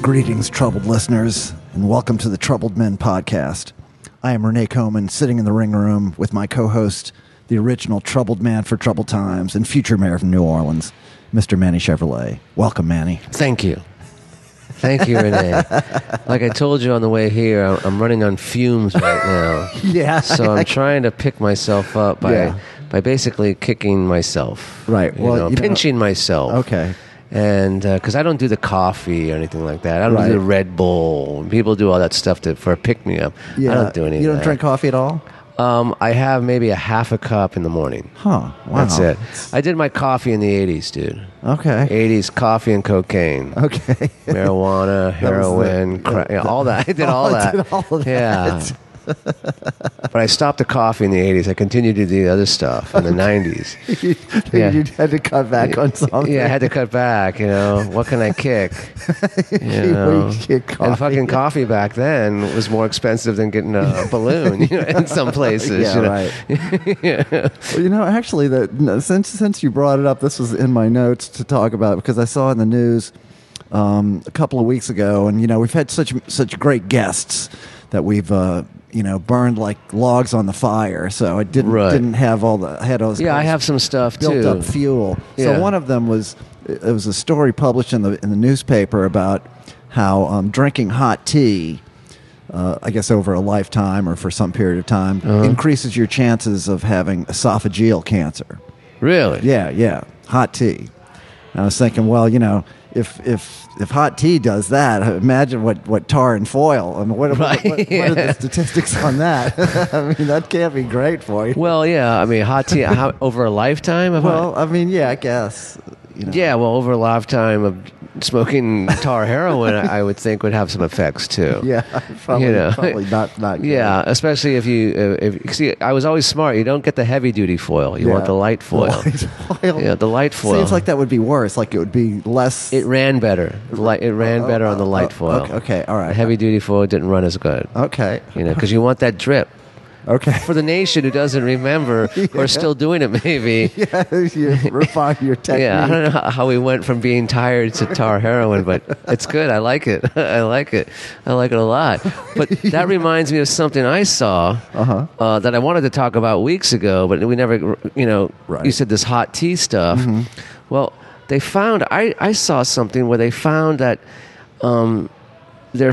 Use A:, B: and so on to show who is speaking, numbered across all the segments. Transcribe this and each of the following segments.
A: Greetings, troubled listeners, and welcome to the Troubled Men podcast. I am Renee Coman, sitting in the ring room with my co host, the original troubled man for troubled times and future mayor of New Orleans, Mr. Manny Chevrolet. Welcome, Manny.
B: Thank you. Thank you, Renee. like I told you on the way here, I'm- I'm running on fumes right now.
A: Yeah.
B: So I'm trying to pick myself up by
A: Yeah.
B: by basically kicking myself.
A: Right,
B: You
A: well,
B: know,
A: you know-
B: pinching myself.
A: Okay.
B: And because I don't do the coffee or anything like that, I don't
A: Right.
B: do the Red Bull. People do all that stuff to, for a pick me up. I don't do any.
A: You
B: of
A: don't
B: that.
A: drink coffee at all?
B: Um, I have maybe a half a cup in the morning.
A: Huh. Wow.
B: That's it. I did my coffee in the '80s, dude.
A: Okay.
B: 80s coffee and cocaine.
A: Okay.
B: marijuana,
A: That was the-
B: heroin, cra- yeah, all that. I did all,
A: Oh, I
B: that.
A: did all of that.
B: Yeah. but I stopped the coffee in the 80s. I continued to do the other stuff in the 90s.
A: you,
B: Yeah.
A: you had to cut back on something.
B: Yeah, I had to cut back, you know. What can I kick? You
A: you
B: know?
A: kick coffee.
B: And fucking coffee back then was more expensive than getting a balloon, you know, in some places.
A: Yeah,
B: you know?
A: right. Well, you know, actually, that no, since since you brought it up, this was in my notes to talk about because I saw in the news um, a couple of weeks ago, and you know, we've had such such great guests that we've uh, you know burned like logs on the fire. So I didn't
B: Right.
A: didn't have all the I had all this
B: Yeah, I have some stuff
A: built
B: too.
A: up fuel.
B: Yeah.
A: So one of them was it was a story published in the in the newspaper about how um, drinking hot tea, uh, I guess over a lifetime or for some period of time,
B: Uh-huh.
A: increases your chances of having esophageal cancer.
B: Really?
A: Yeah, yeah, hot tea. And I was thinking, well, you know, if if if hot tea does that, imagine what what tar and foil. I mean, what, what, what, what are the statistics on that? I mean, that can't be great for you.
B: Well, yeah. I mean, hot tea how, over a lifetime. Have I-
A: Well, I mean, yeah, I guess. You know.
B: Yeah, well, over a lifetime of smoking tar heroin, I I would think would have some effects too.
A: Yeah, probably,
B: You know.
A: probably not not. Good.
B: Yeah, especially if you uh, if see, I was always smart. You don't get the heavy duty foil. You want the light foil.
A: The light foil.
B: Yeah, the light foil.
A: Seems like that would be worse. Like it would be less.
B: it ran better. The light, it ran
A: Oh,
B: better on the
A: oh,
B: light
A: oh,
B: foil.
A: okay, okay, all right.
B: The heavy duty foil didn't run as good.
A: okay.
B: You know, because you want that drip.
A: Okay.
B: For the nation who doesn't remember or is still doing it, maybe.
A: yeah, you refine your technique.
B: Yeah, I don't know how we went from being tired to tar heroin, but it's good. I like it. I like it. I like it a lot. But that reminds me of something I saw
A: Uh-huh.
B: uh that I wanted to talk about weeks ago, but we never, you know,
A: Right. Mm-hmm.
B: you said this hot tea stuff. Well, they found, I, I saw something where they found that um, their,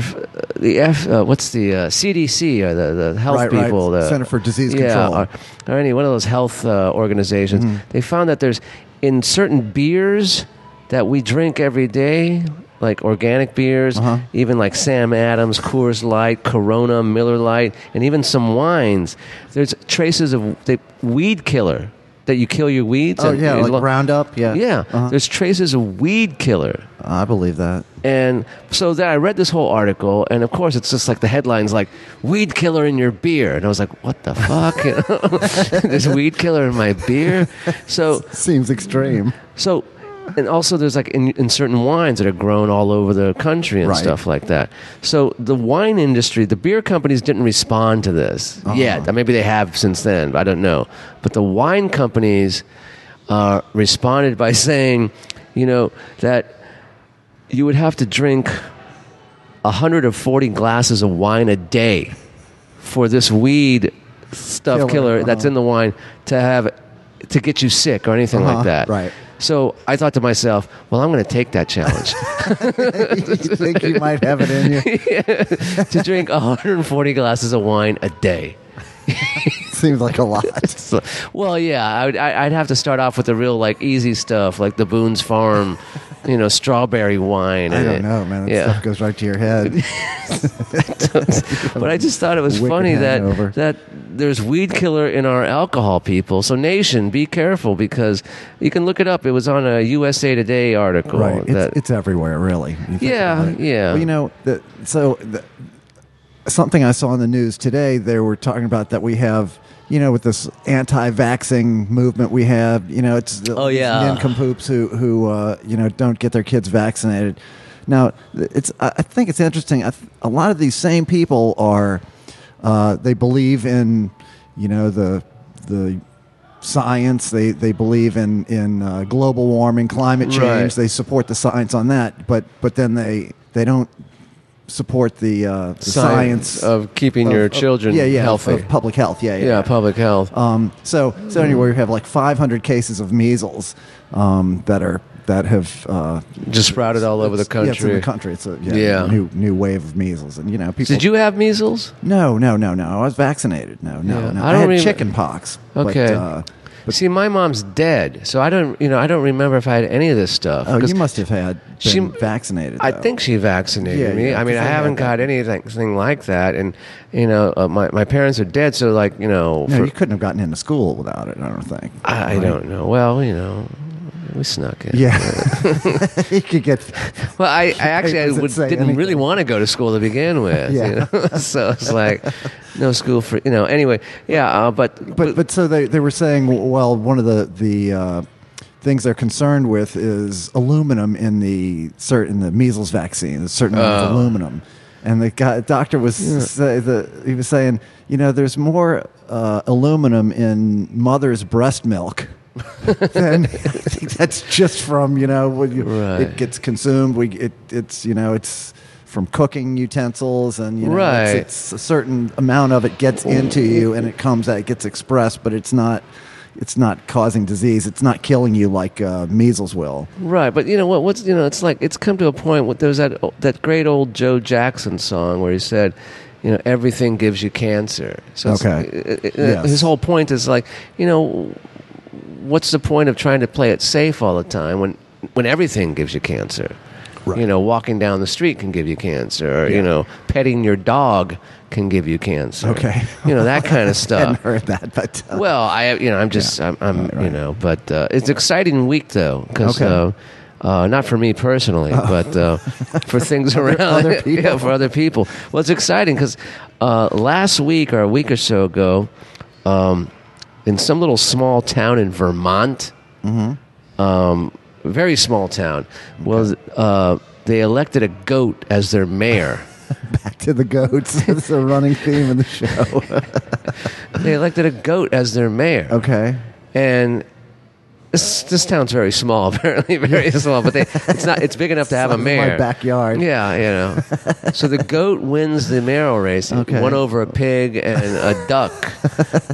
B: the F, uh, what's the uh, CDC or the, the health
A: Right, right.
B: people, the
A: Center for Disease
B: yeah,
A: Control.
B: or- or any one of those health uh, organizations,
A: Mm-hmm.
B: they found that there's in certain beers that we drink every day, like organic beers,
A: Uh-huh.
B: even like Sam Adams, Coors Light, Corona, Miller Light, and even some wines, there's traces of the weed killer that you kill your weeds.
A: Oh
B: and-
A: yeah,
B: and
A: like
B: lo-
A: Roundup. Yeah.
B: Yeah,
A: Uh-huh.
B: there's traces of weed killer.
A: I believe that.
B: And so then I read this whole article, and of course, it's just like the headlines, like "weed killer in your beer," and I was like, "What the fuck? You know? There's weed killer in my beer." So,
A: Seems extreme.
B: so, and also there's like in, in certain wines that are grown all over the country and
A: Right.
B: stuff like that. So the wine industry, the beer companies didn't respond to this
A: Uh-huh.
B: yet. Maybe they have since then, but I don't know. But the wine companies uh, responded by saying, you know, that you would have to drink 140 glasses of wine a day for this weed stuff
A: Killer,
B: killer, that's
A: uh-huh.
B: in the wine to have to get you sick or anything
A: Uh-huh,
B: like that.
A: right.
B: So I thought to myself, well, I'm going to take that challenge
A: you think you might have it in you?
B: to drink 140 glasses of wine a day.
A: Seems like a lot.
B: So- well, yeah, I would, I, I'd have to start off with the real like easy stuff, like the Boone's Farm, you know, strawberry wine.
A: I
B: and
A: don't
B: it-
A: know, man. That
B: yeah.
A: stuff goes right to your head.
B: but I just thought it was
A: Wicked
B: funny that
A: hangover.
B: that there's weed killer in our alcohol people. So nation, be careful because you can look it up. It was on a USA Today article.
A: Right.
B: that-
A: It's, it's everywhere, really. You think
B: Yeah,
A: about it.
B: yeah.
A: Well, you know, the, so the, something I saw in the news today, they were talking about that we have, you know, with this anti-vaxing movement we have, you know, it's the
B: Oh, yeah.
A: nincompoops who who uh, you know don't get their kids vaccinated. Now, it's I I think it's interesting. I th- a lot of these same people are uh, they believe in you know the the science. They they believe in in uh, global warming, climate change.
B: Right.
A: They support the science on that, but but then they. they don't support the, uh, the
B: Science
A: science,
B: of keeping your children
A: yeah, yeah, of-
B: healthy.
A: of public health. Yeah, yeah.
B: yeah, public health.
A: Um, so so anyway, we have like 500 cases of measles um, that are that have uh,
B: Just sprouted all over the
A: it's- yeah, it's in
B: country.
A: the country, it's a yeah,
B: Yeah.
A: new new wave of measles, and you know people.
B: Did you have measles?
A: No, no, no, no. I was vaccinated. No, no,
B: Yeah,
A: no.
B: I
A: I,
B: don't
A: had
B: even-
A: chicken pox.
B: Okay.
A: But, uh,
B: See, my mom's dead, so I don't, you know, I don't remember if I had any of this stuff.
A: oh,
B: 'Cause
A: you must have had been
B: she-
A: vaccinated.
B: I
A: though.
B: think she vaccinated
A: Yeah,
B: me.
A: yeah,
B: I mean, I
A: because I
B: haven't
A: had that.
B: got anything thing like that, and you know, uh, my my parents are dead, so like, you know,
A: No,
B: for-
A: you couldn't have gotten into school without it. I don't think.
B: I, I don't know. Well, you know, we snuck in.
A: Yeah, you could get.
B: Well, I, I actually I
A: doesn't
B: would,
A: say
B: didn't really
A: anything.
B: want to go to school to begin with. you
A: Yeah.
B: know? so it's like no school for you know. Anyway, yeah, uh, but
A: But but so they, they were saying well one of the the uh, things they're concerned with is aluminum in the certain the measles vaccine. A certain amount of
B: Oh.
A: aluminum, and the guy, doctor was say the, he was saying you know there's more uh, aluminum in mother's breast milk. then I think that's just from you know when you,
B: Right.
A: it gets consumed. We it, it's you know it's from cooking utensils and you know it's-
B: Right.
A: it's, a certain amount of it gets into you and it comes out, it gets expressed, but it's not it's not causing disease. It's not killing you like uh, measles will.
B: Right, but you know what? What's you know? It's like it's come to a point. What there was that that great old Joe Jackson song where he said, you know, everything gives you cancer. So it's-
A: Okay.
B: uh, uh,
A: Yes.
B: his whole point is like, you know, what's the point of trying to play it safe all the time when when everything gives you cancer?
A: Right.
B: You know, walking down the street can give you cancer. Or, You know, petting your dog can give you cancer.
A: Okay.
B: You know that kind of
A: I hadn't
B: stuff.
A: heard that, but uh,
B: Well, I you know I'm just I'm, I'm you know, but uh, it's an exciting week though because.
A: Okay. Oh.
B: Uh, uh, not for me personally, but uh, for things around,
A: other
B: yeah,
A: people.
B: for other people. Well, it's exciting because uh, last week or a week or so ago, um, in some little small town in Vermont,
A: Mm-hmm.
B: um, very small town, was uh, they elected a goat as their mayor.
A: back to the goats. it's a running theme in the show.
B: they elected a goat as their mayor.
A: Okay.
B: and this, this town's very small, apparently very small. But they, it's not. It's big enough to have a
A: Size of my
B: mayor.
A: backyard.
B: Yeah, you know. so the goat wins the mayoral race.
A: Okay.
B: One over a pig and a duck,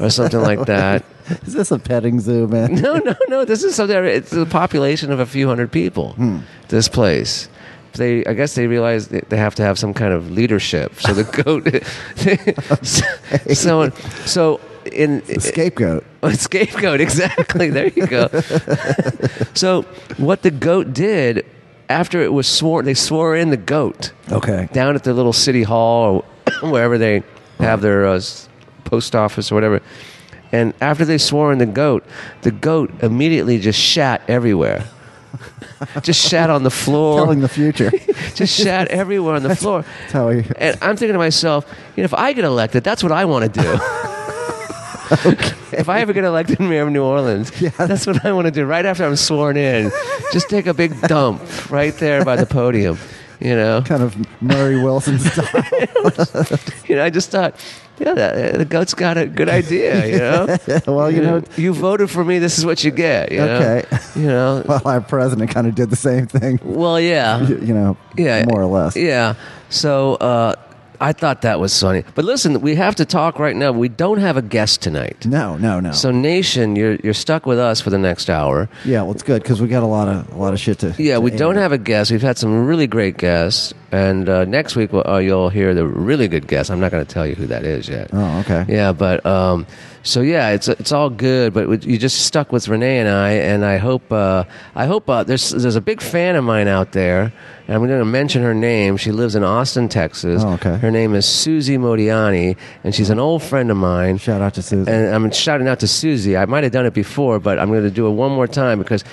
B: or something like that.
A: Is this a petting zoo, man?
B: No, no, no. This is something. It's a population of a few hundred people.
A: Hmm.
B: This place. They, I guess they realize that they have to have some kind of leadership. So the goat. so, so in
A: A scapegoat.
B: Oh, scapegoat, exactly. There you go. so, what the goat did after it was sworn, they swore in the goat
A: Okay.
B: down at their little city hall or wherever they have their uh, s- post office or whatever. And after they swore in the goat, the goat immediately just shat everywhere. just shat on the floor.
A: Telling the future.
B: just shat everywhere on the floor.
A: That's how he.
B: And I'm thinking to myself, you know, if I get elected, that's what I want to do. If I ever get elected mayor of New Orleans, that's what I want to do. Right after I'm sworn in, just take a big dump right there by the podium. You know,
A: Kind of Murray Wilson style.
B: you know. I just thought, yeah, that, uh, the goat's got a good idea. You know,
A: well, you know,
B: you voted for me. This is what you get. You
A: Okay.
B: Know? You know.
A: well, our president kind of did the same thing.
B: Well, yeah.
A: You, you know,
B: yeah,
A: more or less.
B: Yeah. So uh, I thought that was funny. But listen, we have to talk right now. We don't have a guest tonight.
A: No, no, no.
B: So Nation, you're you're stuck with us for the next hour.
A: Yeah, well, it's good because we got a lot of a lot of shit to.
B: Yeah,
A: to
B: we don't
A: air.
B: have a guest. We've had some really great guests, and uh, next week uh, you'll hear the really good guest. I'm not going to tell you who that is yet.
A: Oh, okay.
B: Yeah, but um, so yeah, it's it's all good. But we- you just stuck with Renee and I, and I hope uh, I hope uh, there's there's a big fan of mine out there, and I'm going to mention her name. She lives in Austin, Texas.
A: Oh, okay.
B: Her name is Susie Modiani, and she's an old friend of mine.
A: Shout out to Susan.
B: And I'm shouting out to Susie. I might have done it before, but I'm going to do it one more time because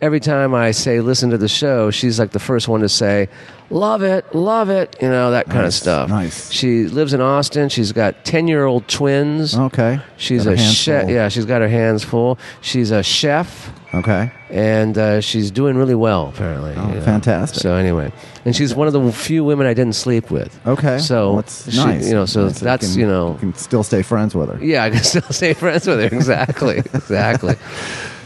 B: every time I say listen to the show, she's like the first one to say, "Love it, love it," you know that kind
A: Nice,
B: of stuff.
A: nice.
B: She lives in Austin. She's got ten-year-old twins.
A: okay.
B: She's
A: Oh, Got her
B: a
A: hands
B: chef.
A: full.
B: Yeah, she's got her hands full. She's a chef,
A: Okay.
B: and uh, she's doing really well apparently.
A: Oh,
B: you know.
A: fantastic.
B: So anyway, and she's one of the few women I didn't sleep with.
A: Okay.
B: So
A: Well, that's
B: she-
A: nice.
B: You know, so
A: Nice that
B: that's
A: can-
B: you know
A: can still stay friends with her.
B: yeah, I can still stay friends with her. Exactly, exactly.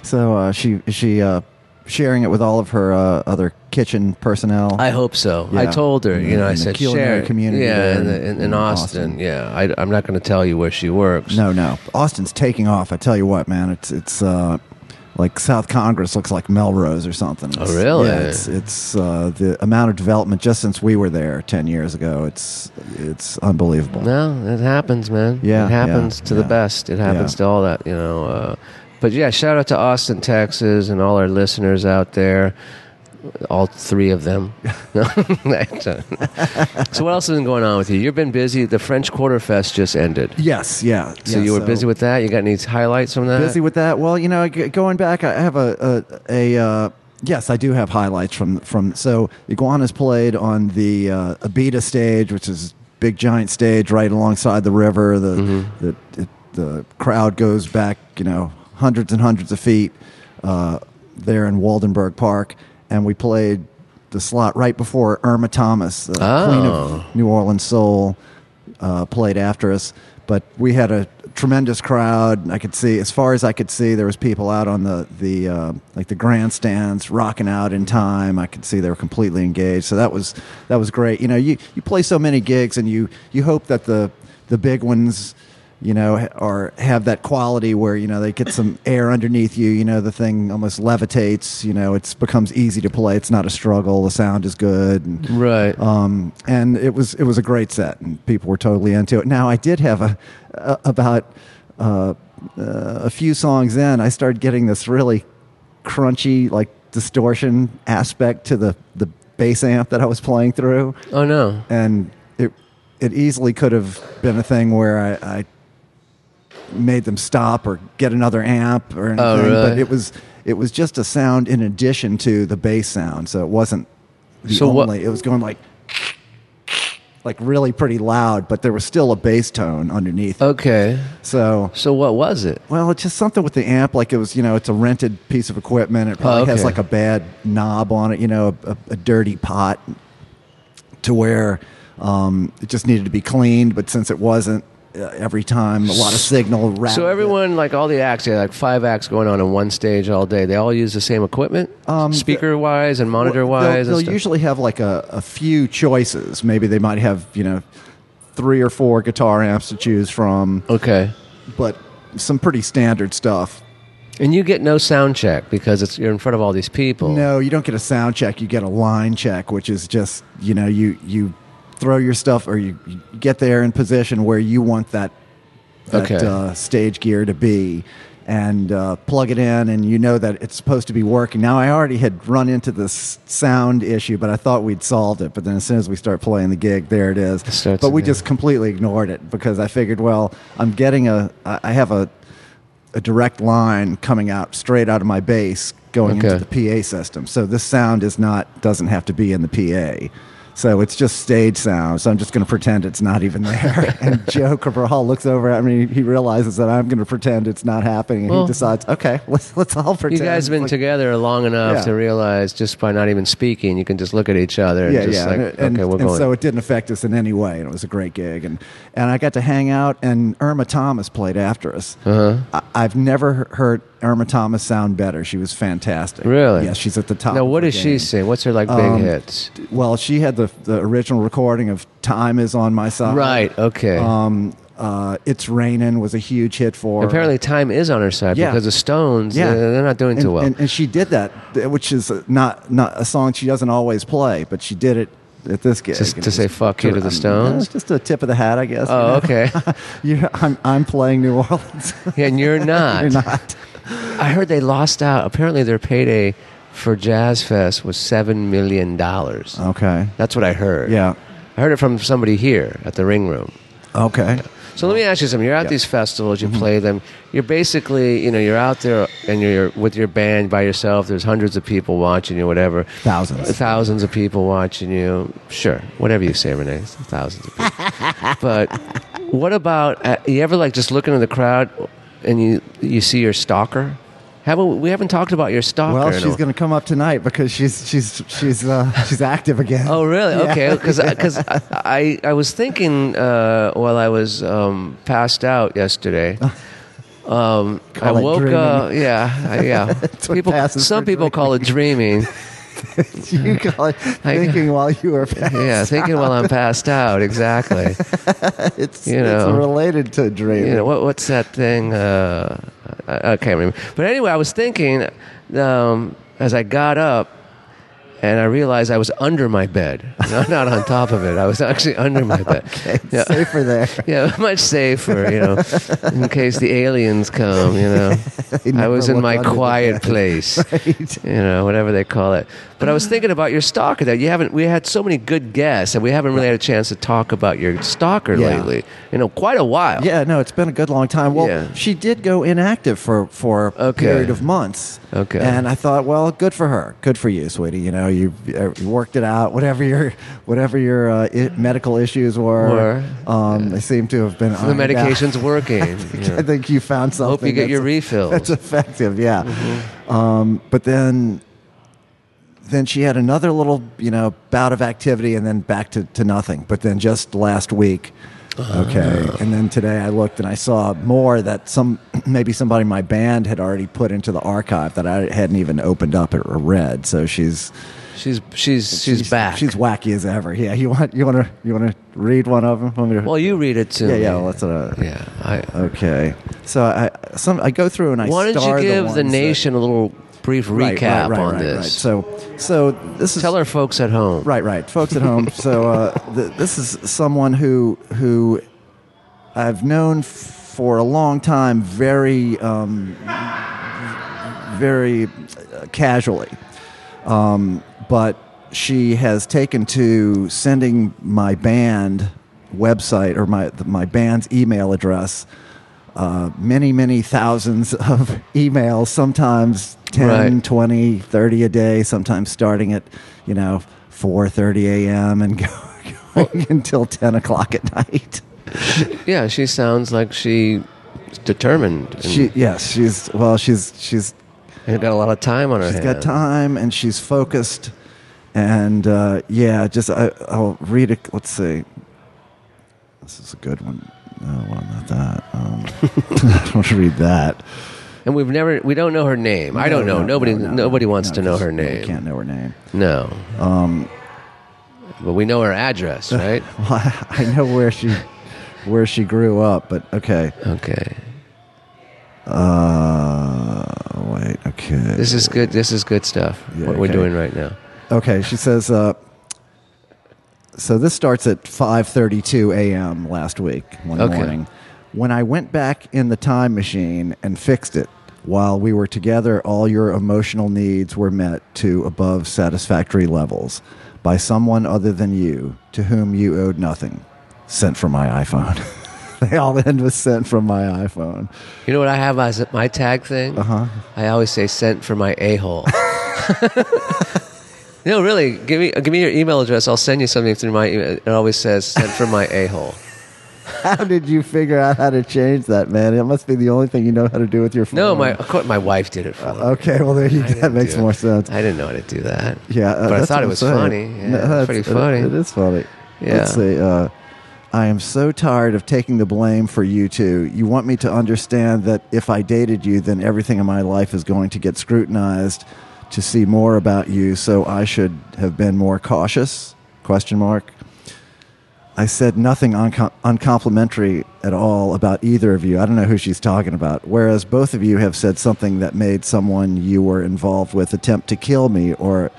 A: So uh, she she uh, sharing it with all of her uh, other kitchen personnel.
B: I hope so. I
A: Yeah.
B: told her, you
A: In
B: know, I
A: the
B: said,
A: culinary
B: share it."
A: community
B: yeah,
A: there
B: in,
A: in-
B: in,
A: in
B: Austin.
A: Austin.
B: yeah. I, am not going to tell you where she works.
A: no, no, Austin's taking off. I tell you what, man, it's it's uh, like South Congress looks like Melrose or something. It's-
B: Oh, really?
A: Yeah, it's it's uh, the amount of development just since we were there ten years ago. It's it's unbelievable.
B: No, it happens, man.
A: Yeah,
B: it happens
A: yeah,
B: to the
A: yeah.
B: best. It happens
A: Yeah.
B: to all that, you know. Uh, but yeah, shout out to Austin, Texas, and all our listeners out there. All three of them. No, so what else has been going on with you? You've been busy. The French Quarter Fest just ended.
A: Yes, yeah.
B: So
A: yeah,
B: you were busy with that. You got any highlights from that?
A: busy with that. Well, you know, g- going back, I have a a, a uh, yes, I do have highlights from from. So Iguanas played on the uh, Abita stage, which is big giant stage right alongside the river. The
B: Mm-hmm.
A: the it, the crowd goes back, you know, hundreds and hundreds of feet uh, there in Waldenberg Park, and we played the slot right before Irma Thomas, the queen
B: Oh.
A: of New Orleans soul uh, played after us. But we had a tremendous crowd. I could see, as far as I could see, there was people out on the the uh, like the grandstands rocking out in time. I could see they were completely engaged. So that was that was great. You know, you, you play so many gigs, and you you hope that the the big ones, you know, ha- are have that quality where you know they get some air underneath you. You know, the thing almost levitates. You know, it becomes easy to play. It's not a struggle. The sound is good. And,
B: right.
A: um, and it was it was a great set, and people were totally into it. Now I did have a, a about uh, uh, a few songs in, I started getting this really crunchy like distortion aspect to the the bass amp that I was playing through,
B: oh no.
A: and it it easily could have been a thing where I, I made them stop or get another amp or anything.
B: Oh, really?
A: But it was it was just a sound in addition to the bass sound, so it wasn't the
B: So what-
A: only. It was going like like really pretty loud, but there was still a bass tone underneath.
B: Oh.
A: it.
B: Okay.
A: So
B: So what was it?
A: well, it's just something with the amp. Like it was, you know, it's a rented piece of equipment. It probably
B: Oh, okay.
A: has like a bad knob on it, you know, a, a, a dirty pot to where um, it just needed to be cleaned. But since it wasn't, uh, every time a lot of signal. rattled
B: So
A: it.
B: everyone, like all the acts, yeah, like five acts going on in one stage all day. They all use the same equipment,
A: Um,
B: speaker wise and monitor
A: Well, they'll-
B: wise.
A: They'll, usually have like a, a few choices. Maybe they might have, you know, three or four guitar amps to choose from,
B: okay,
A: but some pretty standard stuff.
B: and you get no sound check because it's you're in front of all these people.
A: No, you don't get a sound check. You get a line check, which is just you know you you throw your stuff or you, you get there in position where you want that that
B: Okay.
A: uh, stage gear to be, and uh, plug it in, and you know that it's supposed to be working. Now I already had run into this sound issue, but I thought we'd solved it. But then as soon as we start playing the gig, there it is.
B: starts
A: but we
B: again.
A: just completely ignored it because I figured, well, I'm getting a I I have a a direct line coming out straight out of my bass going
B: Okay.
A: into the PA system. So this sound is not doesn't have to be in the PA. So it's just stage sound. So I'm just going to pretend it's not even there. and Joe Cabral looks over at me. He realizes that I'm going to pretend it's not happening, and
B: Well-
A: he decides, okay, let's let's all
B: You
A: pretend.
B: guys have been
A: Like,
B: together long enough
A: Yeah.
B: to realize just by not even speaking, you can just look at each other and
A: yeah,
B: just
A: yeah.
B: like,
A: and, and-
B: okay, we're
A: and
B: going.
A: so it didn't affect us in any way, and it was a great gig. And and I got to hang out, and Irma Thomas played after us.
B: Uh-huh.
A: I, I've never he- heard Irma Thomas sound better. She was fantastic.
B: Really?
A: Yeah, she's at the top.
B: now,
A: of
B: what
A: her
B: does she
A: game.
B: sing? What's her like big
A: Um,
B: hits?
A: Well, she had the the original recording of "Time Is on My Side."
B: Right. Okay.
A: uh, Um, uh, "It's Raining" was a huge hit for. her.
B: Apparently, time is on her side
A: Yeah.
B: because the Stones,
A: Yeah,
B: uh, they're not doing
A: and,
B: too well.
A: And, and she did that, th- which is not not a song she doesn't always play, but she did it at this gig.
B: Just
A: And
B: to
A: it
B: say
A: was
B: fuck you to the
A: ter- I mean,
B: Stones?
A: that's just a tip of the hat, I guess. you
B: oh,
A: know?
B: okay.
A: you know, I'm I'm playing New Orleans.
B: and you're not.
A: You're not.
B: I heard they lost out. Apparently, their payday for Jazz Fest was seven million dollars.
A: Okay.
B: That's what I heard.
A: Oh. Yeah.
B: I heard it from somebody here at the Ring Room.
A: Okay.
B: So let me ask you something. You're
A: Yeah.
B: at
A: Mm-hmm.
B: these festivals, you play them. You're basically, you know, you're out there and you're with your band by yourself. There's hundreds of people watching you, whatever.
A: Thousands.
B: Thousands of people watching you. Sure, whatever you say, Renee. Thousands of people. but what about uh, you ever like just looking at the crowd and you you see your stalker? Haven't we haven't talked about your stalker?
A: Well,
B: in a
A: she's going to come up tonight because she's she's she's uh, she's active again.
B: Oh, really?
A: Yeah.
B: Okay. 'Cause Okay, because I, uh, I I was thinking uh, while I was um, passed out yesterday Um, I
A: Call it
B: woke
A: dreaming.
B: up. Yeah, I- yeah.
A: That's what
B: people,
A: passes
B: some
A: for
B: people call it dreaming.
A: you call it thinking while you were passed.
B: yeah, thinking while I'm passed out. Exactly.
A: It's,
B: you
A: it's
B: know.
A: related to dreaming.
B: you know what, what's that thing? Uh, I, I can't remember. But anyway, I was thinking um, as I got up, and I realized I was under my bed, not, not on top of it. I was actually under my bed.
A: it's
B: yeah,
A: safer there.
B: yeah, much safer, you know, in case the aliens come. You know,
A: They
B: I
A: never
B: was in
A: look
B: my
A: under the
B: quiet
A: bed.
B: place.
A: Right.
B: You know, whatever they call it. But I was thinking about your stalker. That you haven't. We had so many good guests, and we haven't really had a chance to talk about your stalker
A: Yeah.
B: lately. You know, quite a while.
A: Yeah, no, it's been a good long time. Well,
B: Yeah.
A: she did go inactive for for a
B: Okay.
A: period of months.
B: Okay.
A: and I thought, well, good for her, good for you, sweetie. You know, you, uh, you worked it out. Whatever your whatever your uh, i medical issues were,
B: Were.
A: Um, they seem to have been
B: the
A: ironed out.
B: medication's working. you know.
A: I think you found something.
B: Hope you get your
A: that's-
B: refill.
A: That's effective, yeah.
B: Mm-hmm.
A: Um, but then, then she had another little, you know, bout of activity, and then back to, to nothing. But then just last week,
B: Uh-huh.
A: okay, and then today I looked and I saw more that some maybe somebody in my band had already put into the archive that I hadn't even opened up or read. So she's
B: She's she's she's back.
A: She's wacky as ever. Yeah, you want you want to you want to read one of them? Want me to-
B: well, you read it too.
A: yeah, yeah. Well, that's what I,
B: yeah. I,
A: Okay. So I some I go through and I
B: why don't
A: star
B: you give
A: ones
B: the,
A: that-
B: nation a little brief
A: Right,
B: recap
A: right, right,
B: on
A: right,
B: this?
A: Right. So so this is
B: Tell our folks at home.
A: right right folks at home. so uh, th- this is someone who who I've known f- for a long time, very um, very uh, casually, um, but she has taken to sending my band website or my my band's email address uh, many, many thousands of emails, sometimes 10,
B: Right.
A: 20, 30 a day, sometimes starting at, you know, 4.30 a.m. and go, going until 10 o'clock at night.
B: Yeah, she sounds like she's determined. And,
A: She, yes, she's, well, she's, she's
B: and got a lot of time on her
A: She's
B: hands.
A: got time and she's focused. And uh, yeah, just I, I'll read it. Let's see. This is a good one. No, well, not that. Um, I don't want to read that.
B: And we've never we don't know her name. I don't
A: No,
B: know.
A: no,
B: nobody
A: no, no,
B: nobody
A: no,
B: wants
A: no,
B: to know
A: 'cause
B: her
A: no, we
B: name.
A: can't know her name.
B: No. Um but we know her address, right?
A: Well, I, I know where she where she grew up, but okay.
B: okay.
A: Uh, wait, okay.
B: This is good this is good stuff.
A: Yeah,
B: what we're
A: okay.
B: doing right now.
A: Okay, she says. Uh, so this starts at 5:32 a.m. last week one
B: Okay.
A: morning, when I went back in the time machine and fixed it. While we were together, all your emotional needs were met to above satisfactory levels by someone other than you, to whom you owed nothing. Sent from my iPhone. they all end with sent from my iPhone.
B: You know what I have as my tag thing? Uh-huh. I always say sent for my a hole. no, really, give me give me your email address. I'll send you something through my email. It always says sent for my a hole.
A: How did you figure out how to change that, man? It must be the only thing you know how to do with your phone.
B: No, my of course, my wife did it for me.
A: Uh, Okay, well there you,
B: I didn't
A: that makes
B: do it.
A: more sense.
B: I didn't know how to do that.
A: Yeah, uh,
B: but I
A: that's
B: thought
A: what
B: it
A: I'm
B: was
A: saying.
B: funny. Yeah,
A: No,
B: it's
A: that's-
B: pretty
A: it-
B: funny.
A: it is funny.
B: Yeah.
A: Let's see. Uh, I am so tired of taking the blame for you two. You want me to understand that if I dated you, then everything in my life is going to get scrutinized to see more about you. So I should have been more cautious? Question mark. I said nothing uncom- uncomplimentary at all about either of you. I don't know who she's talking about. Whereas both of you have said something that made someone you were involved with attempt to kill me or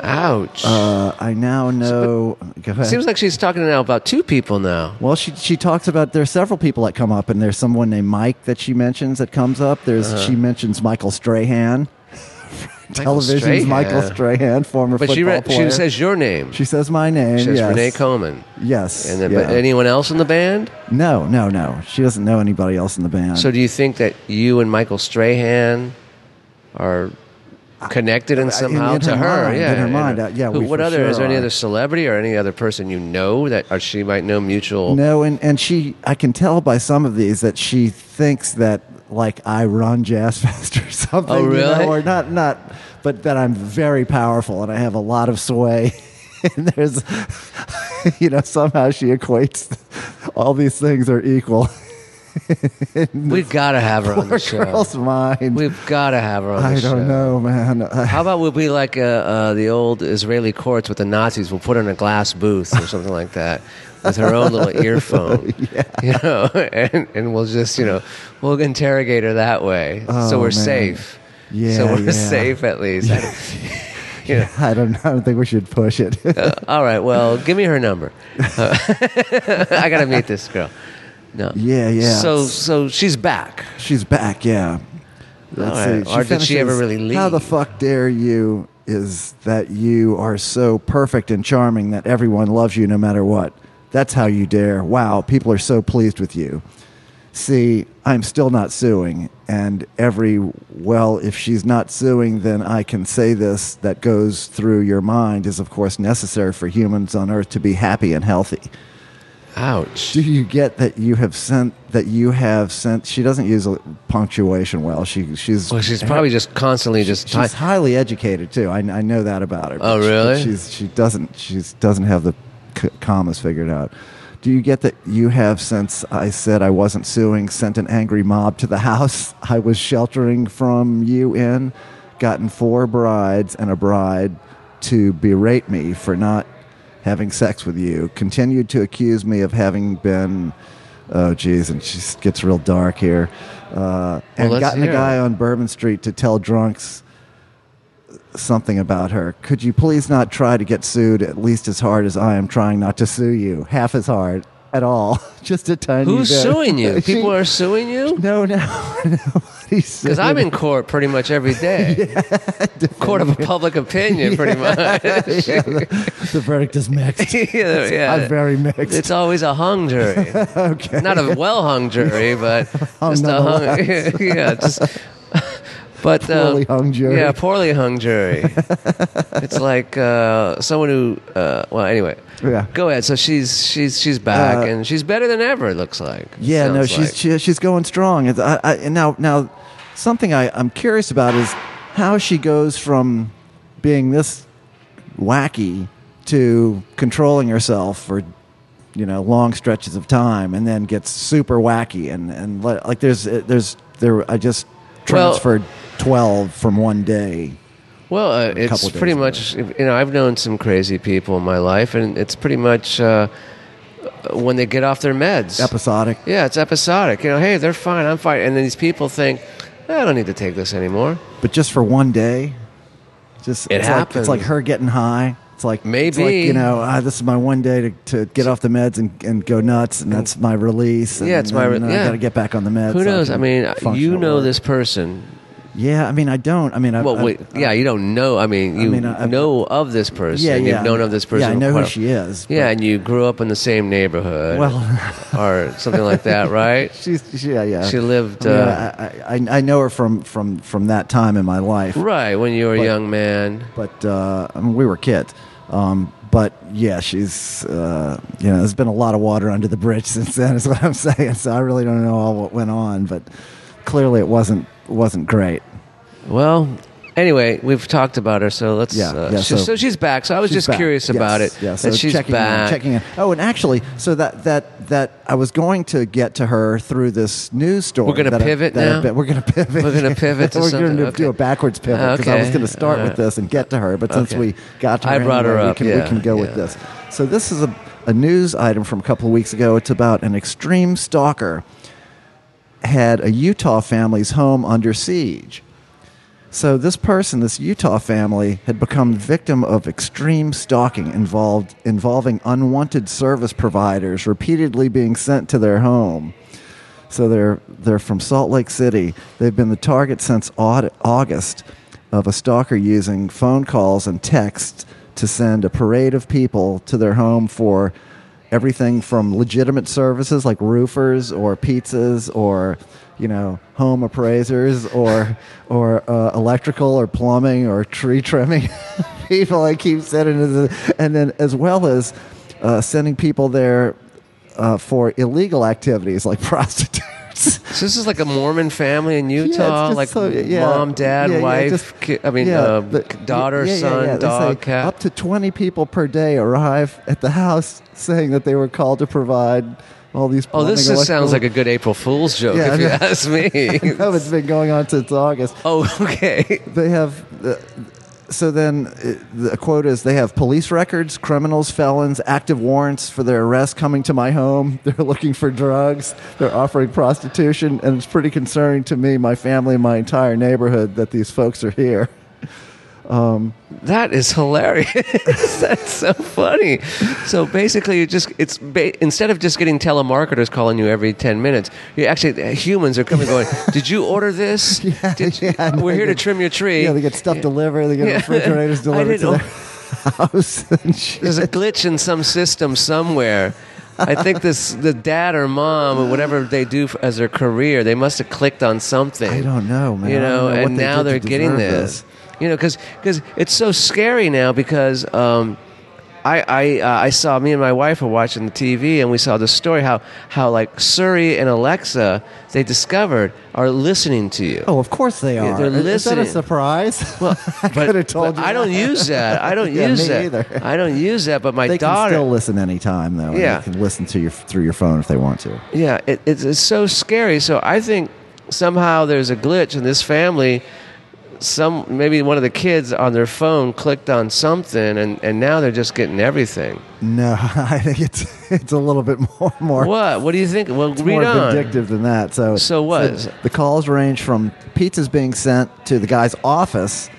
B: Ouch.
A: uh, I now know. go ahead.
B: Seems like she's talking now about two people now.
A: well, she she talks about there's several people that come up, and there's someone named Mike that she mentions that comes up. There's
B: Uh-huh.
A: she mentions Michael Strahan, television's Michael
B: Strahan.
A: Strahan, former
B: But
A: football
B: she re-
A: player.
B: she says your name.
A: she says my name.
B: She says
A: yes.
B: Renee Coleman.
A: Yes.
B: And then,
A: yeah.
B: but anyone else in the band?
A: no, no, no. She doesn't know anybody else in the band.
B: So do you think that you and Michael Strahan are connected in
A: in-
B: somehow
A: in her
B: to her?
A: mind,
B: yeah,
A: in her mind, uh, yeah,
B: Who-
A: we
B: what
A: for
B: other
A: sure
B: is there any
A: are.
B: other celebrity or any other person you know that or she might know mutual?
A: No, and, and she, I can tell by some of these that she thinks that like I run Jazz Fest or something.
B: Oh,
A: you know,
B: really?
A: or not, not, but that I'm very powerful and I have a lot of sway. and there's, you know, somehow she equates all these things are equal.
B: We've got to have her on
A: Poor
B: the show.
A: girl's mind.
B: We've got to have her on
A: I
B: the
A: don't
B: show.
A: know, man. I-
B: How about we'll be like uh, uh, the old Israeli courts with the Nazis? We'll put her in a glass booth or something like that with her own
A: Oh,
B: little earphone, you know, and, and we'll just, you know, we'll interrogate her that way. so
A: Oh,
B: we're
A: man.
B: safe.
A: Yeah,
B: So we're
A: yeah.
B: safe at least. You know.
A: I don't. I don't think we should push it.
B: Uh, all right. Well, give me her number. Uh, I gotta meet this girl. No.
A: Yeah, yeah.
B: So, so she's back.
A: She's back. Yeah. Let's
B: All right.
A: see.
B: Or did she ever
A: finishes,
B: really
A: How the
B: leave?"
A: fuck dare you? Is that you are so perfect and charming that everyone loves you no matter what? That's how you dare. Wow, people are so pleased with you. See, I'm still not suing, and every well, if she's not suing, then I can say this that goes through your mind is, of course, necessary for humans on Earth to be happy and healthy.
B: Ouch.
A: do you get that you have sent that you have sent she doesn't use a- punctuation well she she's
B: Well, she's probably just constantly just.
A: she's
B: ti-
A: highly educated too i, I know that about her
B: Oh,
A: but she- but
B: really?
A: she's she doesn't she's doesn't have the c- commas figured out do you get that you have since i said i wasn't suing sent an angry mob to the house i was sheltering from you in gotten four brides and a bride to berate me for not having sex with you continued to accuse me of having been oh geez and she s- gets real dark here uh, and
B: let's
A: gotten a
B: hear it.
A: guy on bourbon street to tell drunks something about her could you please not try to get sued at least as hard as i am trying not to sue you half as hard at all just a tiny
B: Who's
A: bit.
B: suing you?
A: She-
B: People are suing you?
A: no no nobody's suing
B: Because I'm in court pretty much every day. court of public opinion, pretty much.
A: the verdict is mixed
B: yeah, yeah.
A: i'm very mixed
B: It's always a hung jury.
A: okay Oh,
B: Not a well hung jury, but
A: Hung
B: just a hung.
A: nonetheless.
B: yeah, just. But uh,
A: Poorly hung jury.
B: Yeah, poorly hung jury. it's like uh, someone who. Uh, well, anyway.
A: Yeah.
B: Go ahead. So she's she's she's back,
A: Uh,
B: and she's better than ever. It looks like.
A: Yeah, no,
B: Sounds
A: she's
B: like.
A: she, she's going strong. It's- I, I, and now, now, something I, I'm curious about is how she goes from being this wacky to controlling herself for you know long stretches of time, and then gets super wacky and and le- like there's there's there. I just
B: Well-
A: transferred twelve from one day.
B: Well, uh, it's
A: couple days
B: pretty
A: ago.
B: much, you know, I've known some crazy people in my life, and it's pretty much uh, when they get off their meds.
A: Episodic.
B: yeah, it's episodic. You know, hey, they're fine, I'm fine. And then these people think, I don't need to take this anymore.
A: but just for one day, just
B: It
A: it's like,
B: happens.
A: it's like her getting high. It's like it's like,
B: Maybe.
A: you know ah, this is my one day to, to get off the meds and, and go nuts, and that's my release. And
B: Yeah, it's my re-
A: then uh, I
B: yeah.
A: got to get back on the meds.
B: Who
A: so
B: knows? I
A: can
B: mean, uh,
A: function
B: you
A: at
B: know
A: work.
B: this person.
A: Yeah, I mean, I don't. I mean, I,
B: Well,
A: I,
B: wait, yeah, you don't know. I mean, you
A: mean, I- I-
B: know of this person.
A: Yeah, yeah.
B: You've known of this person.
A: Yeah, I
B: for
A: know who
B: quite a-
A: she is,
B: Yeah,
A: but-
B: and you grew up in the same neighborhood.
A: Well-
B: or something like that, right?
A: She's yeah, yeah.
B: She lived,
A: I, mean,
B: uh,
A: I, I, I know her from from from that time in my life.
B: Right, when you were a young man.
A: but uh, I mean, we were kids. Um, but yeah, she's uh, you know, there's been a lot of water under the bridge since then. Is what I'm saying. So I really don't know all what went on, but clearly it wasn't wasn't great.
B: Well, anyway, we've talked about her, so let's.
A: Yeah,
B: uh,
A: yeah,
B: she- so,
A: so-
B: she's back. So I was
A: She's
B: just
A: back.
B: curious
A: Yes,
B: about it.
A: Yeah, so
B: that she's
A: checking In,
B: back.
A: checking in. Oh, and actually, so that that that I was going to get to her through this news story.
B: We're gonna
A: that I-
B: pivot
A: that I've
B: now?
A: been- we're going to pivot.
B: We're gonna pivot to
A: we're
B: something,
A: going to
B: okay.
A: do a backwards pivot because I was
B: Okay,
A: going to start with
B: alright.
A: this and get to her, but since
B: Okay.
A: we got to her,
B: I brought her
A: anyway,
B: up,
A: We can,
B: yeah,
A: we can go with
B: yeah.
A: this. So this is a, a news item from a couple of weeks ago. It's about an extreme stalker had a Utah family's home under siege. So this person, this Utah family, had become the victim of extreme stalking involved involving unwanted service providers repeatedly being sent to their home. So they're they're from Salt Lake City. They've been the target since Au- August of a stalker using phone calls and texts to send a parade of people to their home for everything from legitimate services like roofers or pizzas or you know home appraisers or or uh, electrical or plumbing or tree trimming people I keep sending to the, and then as well as uh, sending people there uh, for illegal activities like prostitutes.
B: So this is like a Mormon family in
A: Yeah, it's
B: Utah,
A: just
B: like
A: so- yeah.
B: mom, dad,
A: Yeah, yeah,
B: wife.
A: just-
B: ki- I mean,
A: yeah,
B: uh,
A: the-
B: daughter,
A: yeah, yeah,
B: son,
A: yeah. They
B: dog,
A: say
B: cat.
A: Up to 20 people per day arrive at the house saying that they were called to provide all these.
B: Oh, this
A: plumbing
B: just sounds
A: electrical-
B: like a good April Fool's joke,
A: Yeah,
B: if you
A: I know.
B: ask me.
A: No, it's been going on since August.
B: oh, okay.
A: They have. Uh, so then, uh, the quote is: they have police records, criminals, felons, active warrants for their arrest coming to my home. They're looking for drugs. They're offering prostitution, and it's pretty concerning to me, my family, my entire neighborhood that these folks are here.
B: That is hilarious. That's so funny. So basically, you just it's ba- instead of just getting telemarketers calling you every ten minutes, you actually humans are coming going. Did you order this? Did-
A: yeah, I know
B: we're here to
A: they-
B: trim your tree.
A: Yeah, they get stuff delivered. They get
B: Yeah.
A: refrigerators
B: I
A: delivered to
B: didn't
A: their
B: know.
A: house. And shit.
B: There's a glitch in some system somewhere. I think this the dad or mom or whatever they do f- as their career, they must have clicked on something.
A: I don't know, man.
B: You
A: I don't
B: know,
A: know what
B: and
A: they
B: now
A: did
B: they're
A: to
B: getting
A: deserve
B: this. You know, because it's so scary now because. Um, I I, uh, I saw me and my wife were watching the TV and we saw this story how how like Siri and Alexa they discovered are listening to you.
A: Oh, of course they are.
B: they're
A: Is- Is that a
B: listening.
A: surprise? Well, I could have told
B: but
A: you.
B: I don't
A: that.
B: use that. I don't
A: Yeah,
B: use
A: me
B: that.
A: either.
B: I don't use that. But my
A: They can
B: daughter
A: still listen anytime, though. and
B: Yeah.
A: they can listen to your through your phone if they want to.
B: Yeah, it, it's, it's so scary. So I think somehow there's a glitch in this family. Some maybe one of the kids on their phone clicked on something, and, and now they're just getting everything.
A: No, I think it's it's a little bit more more
B: What? What do you think? Well,
A: more
B: read on.
A: vindictive than that. So
B: So what?
A: the calls range from pizzas being sent to the guy's office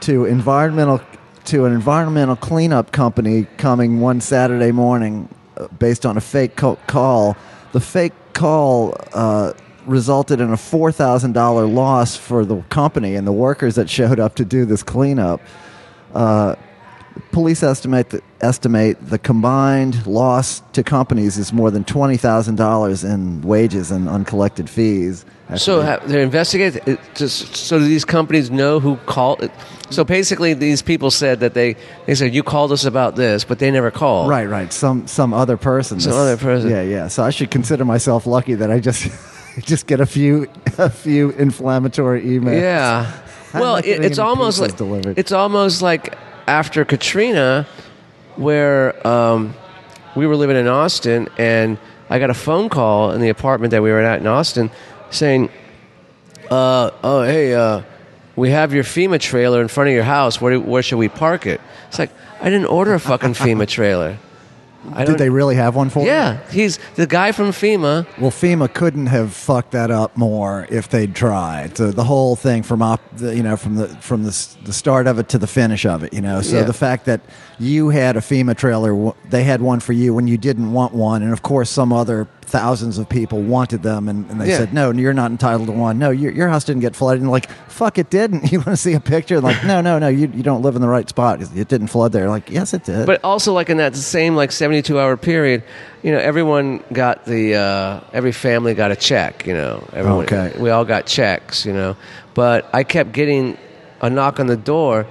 A: to environmental to an environmental cleanup company coming one Saturday morning uh, based on a fake co- call. The fake call uh, resulted in a four thousand dollar loss for the company and the workers that showed up to do this cleanup. Uh, Police estimate the, estimate the combined loss to companies is more than twenty thousand dollars in wages and uncollected fees.
B: So ha- they're investigating. It just so do these companies know who called? So basically, these people said that they they said you called us about this, but they never called.
A: right, right. Some some other person.
B: Some other person.
A: Yeah, yeah. So I should consider myself lucky that I just just get a few a few inflammatory emails.
B: Yeah.
A: I'm
B: Well,
A: not
B: it,
A: getting
B: it's
A: any
B: almost
A: pizzas
B: like
A: delivered.
B: it's almost like after Katrina, where um, we were living in Austin, and I got a phone call in the apartment that we were at in Austin, saying, uh, "Oh, hey, uh, we have your FEMA trailer in front of your house. Where do, where should we park it?" It's like I didn't order a fucking FEMA trailer. I
A: Did they really have one for? you?
B: Yeah, he's the guy from FEMA.
A: Well, FEMA couldn't have fucked that up more if they'd tried. So the whole thing from op, the, you know, from the from the, s- the start of it to the finish of it, you know. So
B: Yeah.
A: the fact that you had a FEMA trailer, w- they had one for you when you didn't want one, and of course some other thousands of people wanted them, and, and they
B: Yeah.
A: said, "No, you're not entitled to one. No, your, your house didn't get flooded." And like, fuck, it didn't. You want to see a picture? Like, no, no, no, you you don't live in the right spot. It didn't flood there. Like, yes, it did.
B: But also, like in that same like seventy-two hour period, you know, everyone got the uh, every family got a check. You know, everyone
A: Okay.
B: we all got checks. You know, but I kept getting a knock on the door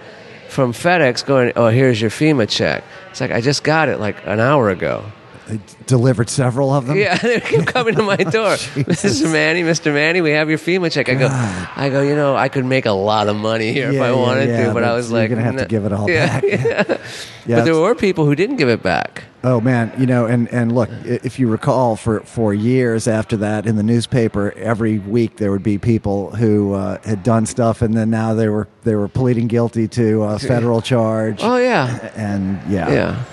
B: from FedEx going, "Oh, here's your FEMA check." It's like I just got it like an hour ago.
A: they d- delivered several of them.
B: Yeah, they keep coming to my door, Mr. Manny, Mr. Manny, we have your FEMA check. I go, I go, you know, I could make a lot of money here if
A: Yeah,
B: I
A: yeah,
B: wanted
A: yeah,
B: to, but
A: but
B: I was
A: you're
B: like,
A: gonna have to
B: "No."
A: give it all back.
B: yeah.
A: Yeah,
B: but there
A: it's-
B: were people who didn't give it back.
A: Oh man, you know, and and look, i- if you recall, for for years after that, in the newspaper, every week there would be people who uh, had done stuff, and then now they were they were pleading guilty to a federal charge.
B: Oh yeah,
A: and yeah,
B: Yeah.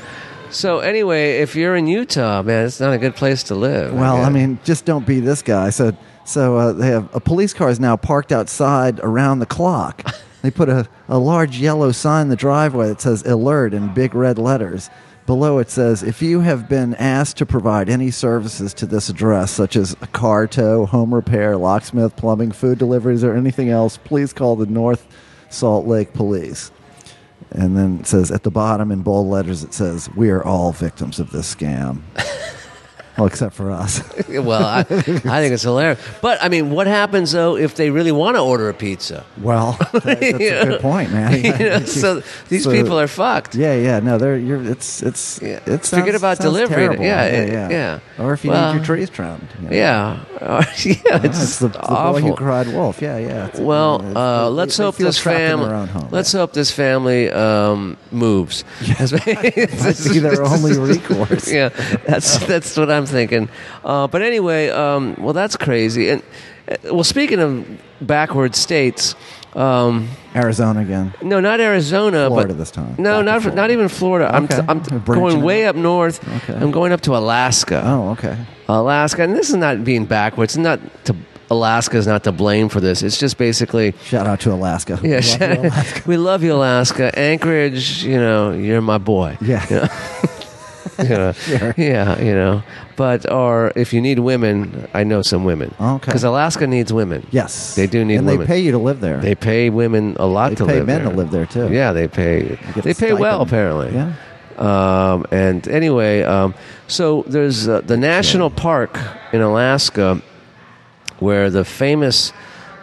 B: So anyway, if you're in Utah, man, it's not a good place to live.
A: Well,
B: guess.
A: I mean, just don't be this guy. So, so uh, they have a police car is now parked outside around the clock. they put a, a large yellow sign in the driveway that says "Alert" in big red letters. Below it says, "If you have been asked to provide any services to this address, such as a car tow, home repair, locksmith, plumbing, food deliveries, or anything else, please call the North Salt Lake Police." And then it says at the bottom in bold letters, it says, "We are all victims of this scam." well, except for us.
B: well, I, I think it's hilarious. But I mean, what happens though if they really want to order a pizza?
A: Well, that- that's a good point, man.
B: You know, so these
A: So-
B: people are fucked.
A: yeah, yeah, no, they're you're it's it's
B: Yeah.
A: it's
B: Forget about delivery. Yeah,
A: yeah,
B: it-
A: yeah,
B: yeah.
A: Or if you
B: Well,
A: need your trees trimmed, you know.
B: Yeah, yeah,
A: It's,
B: it's,
A: the, the boy
B: awful.
A: who cried wolf. Yeah, yeah. It's- it's-
B: Well, uh,
A: they-
B: let's
A: they
B: hope
A: feel
B: this
A: trapped in their
B: family.
A: own home.
B: Let's hope this family um, moves. Yes,
A: be their only recourse.
B: yeah, that's that's what I'm I'm thinking. Uh, but anyway, um, well, that's crazy. And uh, well, speaking of backward states, um,
A: Arizona again.
B: no, not Arizona,
A: Florida
B: but
A: this time. Back
B: No,
A: to
B: not fr-
A: Florida.
B: not even Florida. I'm, t-
A: Okay.
B: I'm t-
A: You're branching
B: going way
A: out.
B: up north.
A: Okay.
B: I'm going up to Alaska.
A: Oh, okay.
B: Alaska, and this is not being backwards. Not to Alaska is not to blame for this. It's just basically,
A: Shout out to Alaska.
B: yeah,
A: Love you, Alaska.
B: we love you, Alaska. Anchorage, you know, you're my boy.
A: Yeah.
B: You know? You know? yeah, you know. But or if you need women, I know some women.
A: Okay.
B: because Alaska needs women.
A: Yes.
B: They do need
A: And
B: women.
A: they pay you to live there.
B: They pay women a lot
A: They
B: to
A: pay
B: live
A: men
B: there.
A: to live there, too.
B: Yeah, they pay.
A: get
B: They
A: a
B: pay well,
A: stipend.
B: apparently.
A: Yeah.
B: Um, and anyway, um, so there's uh, the national park in Alaska, where the famous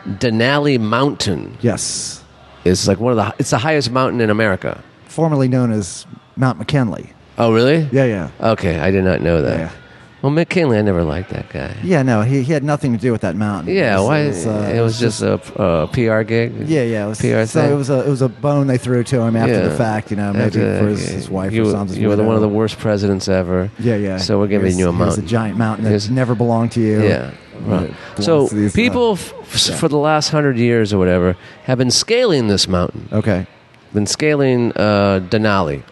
B: Denali Mountain
A: Yes.
B: is like one of the. It's the highest mountain in America.
A: Formerly known as Mount McKinley.
B: Oh, really?
A: Yeah, yeah.
B: Okay, I did not know that.
A: Yeah.
B: Well, McKinley, I never liked that guy.
A: Yeah, no, he, he had nothing to do with that mountain.
B: Yeah,
A: It was,
B: why?
A: It was, uh,
B: just a uh, PR gig.
A: yeah, yeah. It was, so
B: PR thing.
A: it was a it was a bone they threw to him after
B: Yeah.
A: the fact, you know, maybe
B: After,
A: for his,
B: uh,
A: his wife
B: you,
A: or something.
B: You were the, one of the worst presidents ever.
A: yeah, yeah.
B: So we're giving
A: Here's-
B: you a
A: here's
B: mountain.
A: a giant mountain that
B: Here's-
A: never belonged to you.
B: Yeah.
A: Right.
B: Right.
A: Belongs
B: So
A: to these, uh,
B: people f- f- for the last hundred years or whatever have been scaling this mountain,
A: Okay.
B: been scaling uh, Denali.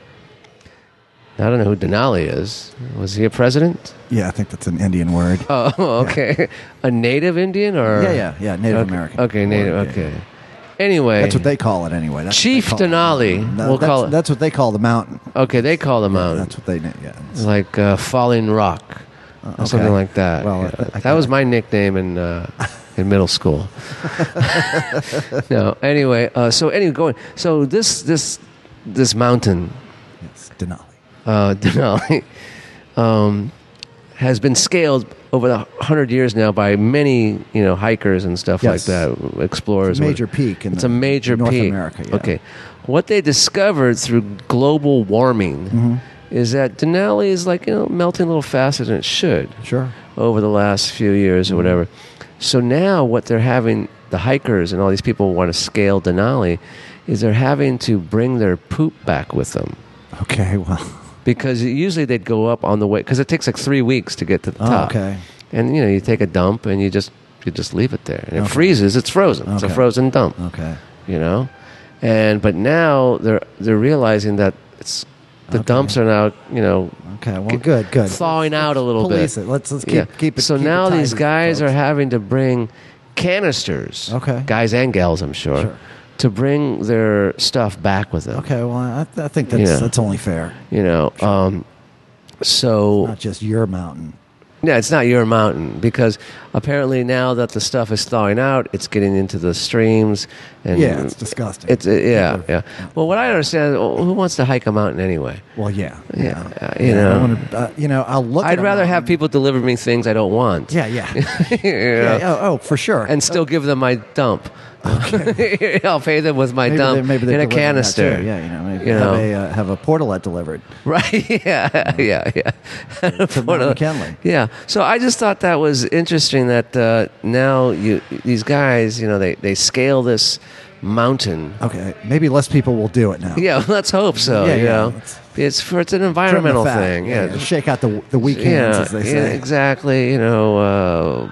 B: I don't know who Denali is. Was he a president?
A: Yeah, I think that's an Indian word.
B: Oh, okay. A native Indian or
A: yeah, yeah, yeah. Native
B: okay.
A: American.
B: Okay, native.
A: word, yeah,
B: Okay.
A: yeah.
B: Anyway,
A: That's what they call it anyway. That's what they
B: Chief
A: call it.
B: Denali,
A: No,
B: we'll
A: that's,
B: call it.
A: That's what they call the mountain.
B: okay, they call the mountain.
A: That's what they name. Yeah.
B: It's like uh, falling rock, or
A: Uh, okay.
B: something like that.
A: Well,
B: Yeah.
A: I- I
B: that
A: can't-
B: was my nickname in uh, in middle school. no, anyway, uh, so anyway, going. So this this this mountain,
A: Yes, Denali.
B: uh, Denali, um, has been scaled over the hundred years now by many you know hikers and stuff
A: Yes.
B: like that,
A: It's
B: explorers.
A: a major peak in
B: it's
A: the-
B: a major
A: North
B: peak.
A: America, yeah.
B: Okay, what they discovered through global warming
A: Mm-hmm.
B: is that Denali is like you know melting a little faster than it should
A: Sure.
B: over the last few
A: Mm-hmm.
B: years or whatever. So now what they're having the hikers and all these people who want to scale Denali is they're having to bring their poop back with them
A: Okay. Well.
B: because usually they'd go up on the way because it takes like three weeks to get to the
A: Oh,
B: top.
A: okay.
B: and you know you take a dump and you just you just leave it there and it
A: Okay.
B: freezes. It's frozen. It's a
A: Okay.
B: frozen dump.
A: Okay.
B: You know, and but now they're they're realizing that it's the dumps are now you know
A: Okay. Well, good. Good.
B: thawing out a little
A: Police
B: bit.
A: it. Let's let's keep
B: Yeah.
A: keep it.
B: So
A: keep it
B: now these
A: tidy,
B: guys are
A: folks.
B: having to bring canisters,
A: Okay.
B: guys and gals, I'm sure,
A: Sure.
B: to bring their stuff back with them.
A: Okay. Well, I, I think that's
B: Yeah.
A: that's only fair.
B: You know, um, so
A: Not just your mountain.
B: yeah, it's not your mountain because apparently now that the stuff is thawing out, it's getting into the streams and
A: Yeah, it's disgusting.
B: It's uh, yeah, yeah. Well, what I understand, oh, who wants to hike a mountain anyway?
A: Well, yeah.
B: Yeah, uh, you
A: Yeah, I
B: know.
A: wanna- uh, you know. I'll look.
B: I'd
A: at a
B: rather have
A: mountain-
B: people deliver me things I don't want.
A: Yeah. Yeah.
B: You know?
A: yeah. Oh, oh, for sure.
B: and still give them my dump. I'll pay them with my
A: maybe
B: dump
A: they, maybe they
B: in a
A: deliver that
B: canister.
A: too. Yeah. You know. Maybe
B: You
A: have
B: know.
A: a uh, have a portalette delivered.
B: Right? Yeah, yeah, yeah.
A: To
B: One
A: Mount
B: of-
A: McKinley.
B: Yeah. So I just thought that was interesting that uh, now you these guys, you know, they they scale this mountain.
A: Okay. Maybe less people will do it now.
B: Yeah, let's hope so.
A: Yeah,
B: you
A: yeah.
B: know,
A: It's-
B: it's for it's an
A: Trim the
B: environmental
A: fat.
B: thing. Yeah.
A: Shake out the the weak hands,
B: Yeah,
A: as they
B: yeah,
A: say.
B: exactly. You know, uh,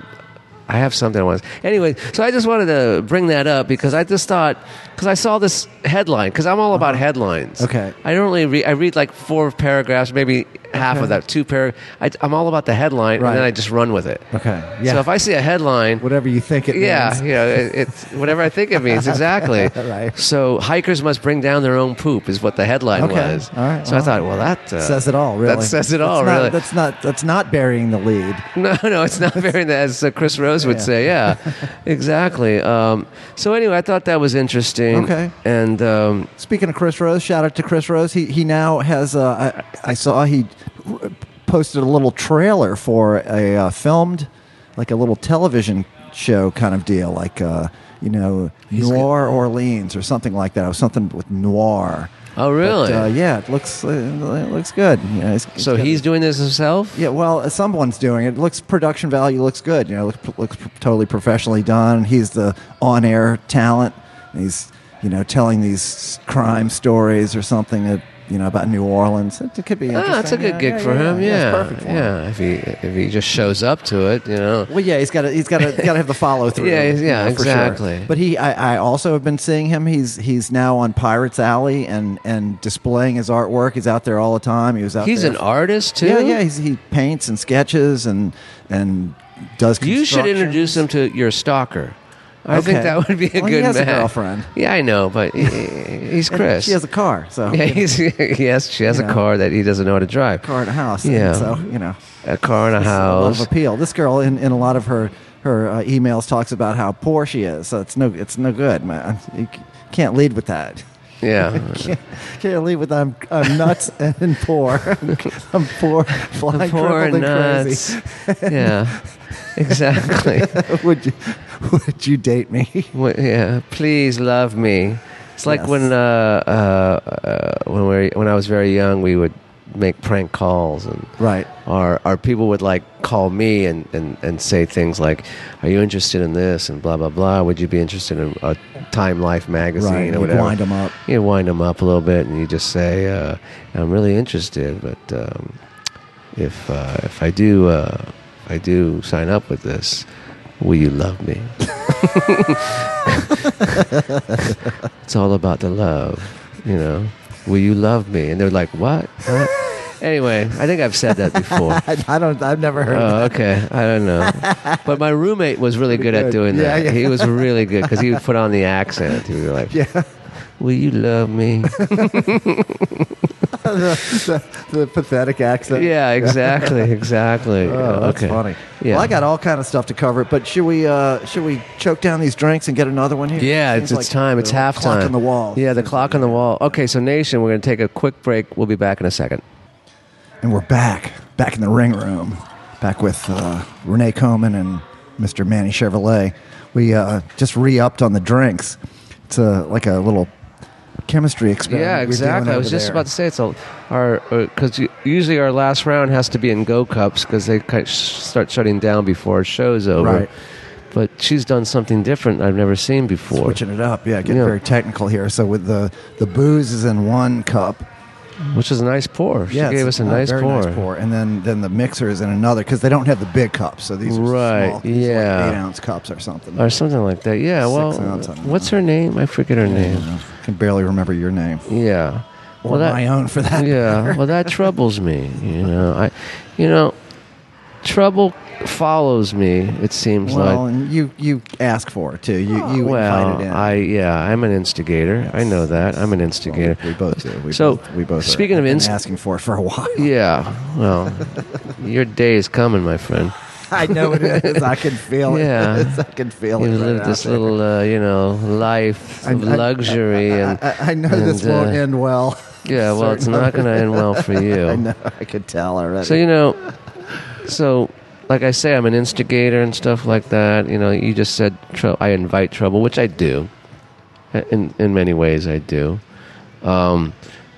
B: I have something I want. Anyway, so I just wanted to bring that up because I just thought because I saw this headline because I'm all about headlines.
A: Uh-huh. Okay.
B: I don't really read. I read like four paragraphs, maybe half of
A: Okay.
B: that, two par. I, am all about the headline,
A: Right.
B: and then I just run with it.
A: Okay. Yeah.
B: So if I see a headline.
A: Whatever you think it
B: yeah,
A: means.
B: you know, it, it's whatever I think it means exactly.
A: Right.
B: So hikers must bring down their own poop is what the headline
A: Okay.
B: was.
A: All right.
B: So I
A: Well,
B: thought, well, that uh,
A: says it all, really.
B: That says it all,
A: that's
B: really.
A: Not, that's not that's not burying the lead.
B: No, no, it's not very, as uh, Chris Rose would
A: Yeah.
B: say. Yeah, exactly. Um, so anyway, I thought that was interesting.
A: Okay.
B: And um,
A: Speaking of Chris Rose, shout out to Chris Rose. He he now has. Uh, I, I saw he posted a little trailer for a uh, filmed, like a little television show kind of deal, like uh, you know Noir Orleans or something like that. It was something with noir.
B: oh, really?
A: But, uh, yeah, it looks uh, it looks good. Yeah, it's,
B: so
A: it's got-
B: he's doing this himself.
A: Yeah, well, uh, someone's doing it. Looks production value looks good. You know, looks, looks pr- totally professionally done. He's the on-air talent. And he's you know telling these crime stories or something that you know, about New Orleans. It, it could be.
B: Oh, it's a
A: interesting.
B: good
A: Yeah,
B: gig
A: yeah,
B: for
A: yeah,
B: him.
A: yeah.
B: Yeah,
A: it's perfect for him.
B: yeah. If he if he just shows up to it, you know.
A: Well, yeah, he's got to he's got to got to have the follow through.
B: Yeah, he's- yeah,
A: for sure.
B: exactly.
A: But he, I, I also have been seeing him. He's he's now on Pirates Alley and and displaying his artwork. He's out there all the time. He was out.
B: He's
A: there.
B: an artist too.
A: Yeah, yeah. He's, he paints and sketches and and does.
B: You should
A: construction.
B: introduce him to your stalker. I think
A: Okay.
B: that would be a
A: Well, he
B: good
A: has a
B: match.
A: girlfriend.
B: Yeah, I know, but he- he's
A: And
B: Chris.
A: She has a car, so
B: yeah, he's, he has, she has
A: You
B: a
A: know.
B: car that he doesn't know how to drive.
A: car and a house. and
B: Yeah.
A: so you know,
B: A car and a
A: it's a lot
B: house.
A: of appeal. This girl in, in a lot of her her uh, emails talks about how poor she is. So it's no it's no good, man. You c- can't lead with that.
B: yeah.
A: Can't, can't lead with I'm I'm nuts and poor. I'm poor, flying
B: Poor
A: crippled and
B: nuts. yeah. Exactly.
A: crazy. would you would you date me?
B: Wh- yeah. Please love me. It's like
A: Yes.
B: when uh, uh, uh, when we when I was very young, we would make prank calls and
A: Right.
B: or, or people would like call me and, and, and say things like, Are you interested in this? and blah, blah, blah. Would you be interested in a Time Life magazine
A: Right.
B: or
A: You
B: whatever?
A: wind them up.
B: You wind them up a little bit and you just say, uh, I'm really interested, but um, if, uh, if I do uh, if I do sign up with this, will you love me? it's all about the love, you know. Will you love me? And they're like, what? What? anyway, I think I've said that before.
A: I, I don't. I've never heard.
B: Oh, okay. I don't know. But my roommate was really good at
A: good.
B: doing
A: Yeah,
B: that.
A: yeah.
B: He was really good because he would put on the accent. He would be like,
A: Yeah.
B: Will you love me?
A: the, the, the pathetic accent.
B: yeah, exactly, exactly.
A: Oh, that's
B: okay.
A: funny.
B: Yeah.
A: Well, I got all kind of stuff to cover, but should we uh, should we choke down these drinks and get another one here?
B: Yeah, it's,
A: Seems
B: it's
A: like
B: time. It's
A: the
B: halftime.
A: Clock on the wall.
B: Yeah, the clock on the wall. Okay, so Nation, we're going to take a quick break. We'll be back in a second.
A: And we're back, back in the ring room, back with uh, Renee Coman and Mr. Manny Chevrolet. We uh, just re-upped on the drinks. It's a, like a little chemistry experiment.
B: Yeah,
A: we're doing
B: exactly. I
A: over
B: was just
A: there.
B: about to say it's a, our because usually our last round has to be in go cups because they kind of sh- start shutting down before our show's over.
A: Right.
B: But she's done something different I've never seen before.
A: switching it up. Yeah, getting
B: Yeah.
A: very technical here. So with the the booze is in one cup.
B: which is a nice pour. She
A: yeah,
B: gave
A: it's
B: us a nice
A: very
B: pour.
A: nice pour, and then then the mixer is in another because they don't have the big cups, so these are
B: Right,
A: small, these are
B: yeah.
A: like eight ounce cups or something.
B: or something like that. Yeah.
A: Six
B: well,
A: ounce, I don't
B: what's her name? I forget her name.
A: I can barely remember your name
B: Yeah.
A: or
B: well, that,
A: my own for that.
B: yeah. Well, that troubles me. You know, I, you know, trouble follows me. It seems
A: Well,
B: like.
A: and you you ask for it too. You you
B: well,
A: invite it in.
B: I yeah, I'm an instigator. I know that. I'm an instigator.
A: we both do. We
B: So,
A: both, we both are.
B: speaking of
A: I've been
B: inst-
A: asking for it for a while.
B: yeah. Well, your day is coming, my friend.
A: I know it is. I can feel it.
B: Yeah.
A: I can feel
B: You
A: it. right
B: live
A: out
B: this
A: there.
B: little, uh, you know, life
A: I-
B: of
A: I-
B: luxury
A: I,
B: and
A: I, I know this
B: and,
A: won't
B: uh,
A: end well.
B: yeah. Well, it's not going to end well for you.
A: I know. I could tell already.
B: So you know, so like I say, I'm an instigator and stuff like that. You know, you just said trou I invite trouble, which I do. In in many ways, I do. Um,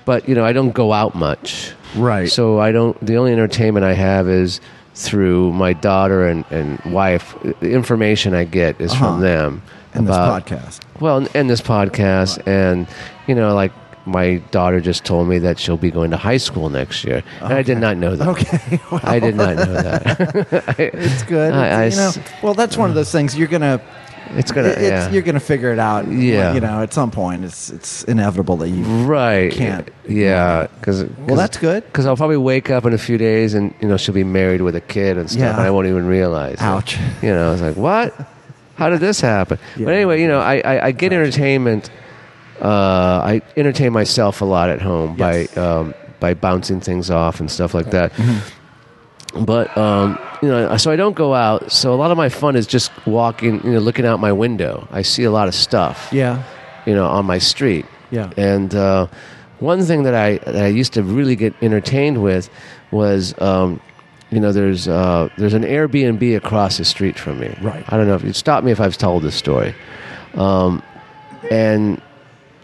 B: but you know, I don't go out much.
A: Right.
B: So I don't. The only entertainment I have is through my daughter and, and wife. The information I get is
A: Uh-huh.
B: from them
A: in this
B: about
A: podcast.
B: well, and, and this podcast, and you know, like my daughter just told me that she'll be going to high school next year, and I did not know that.
A: Okay. Well,
B: I did not know that.
A: It's good.
B: I- I
A: It's- you know,
B: s-
A: well, that's one of those things you're gonna.
B: it's gonna,
A: it's,
B: yeah,
A: You're gonna figure it out.
B: Yeah.
A: You know, at some point, it's it's inevitable that you.
B: right?
A: can't.
B: yeah, because
A: Well, that's good.
B: because I'll probably wake up in a few days, and you know, she'll be married with a kid and stuff,
A: Yeah.
B: and I won't even realize. it.
A: Ouch.
B: You know, I was like, what? How did this happen?
A: Yeah.
B: But anyway, you know, I, I, I get entertainment. Uh, I entertain myself a lot at home
A: Yes.
B: by um, by bouncing things off and stuff like that.
A: Mm-hmm.
B: But um, you know, so I don't go out. So a lot of my fun is just walking, you know, looking out my window. I see a lot of stuff
A: Yeah.
B: you know, on my street.
A: Yeah.
B: And uh, one thing that I that I used to really get entertained with was, um, you know, there's uh, there's an Airbnb across the street from me.
A: Right.
B: I don't know if you stop me if I've told this story, um, and.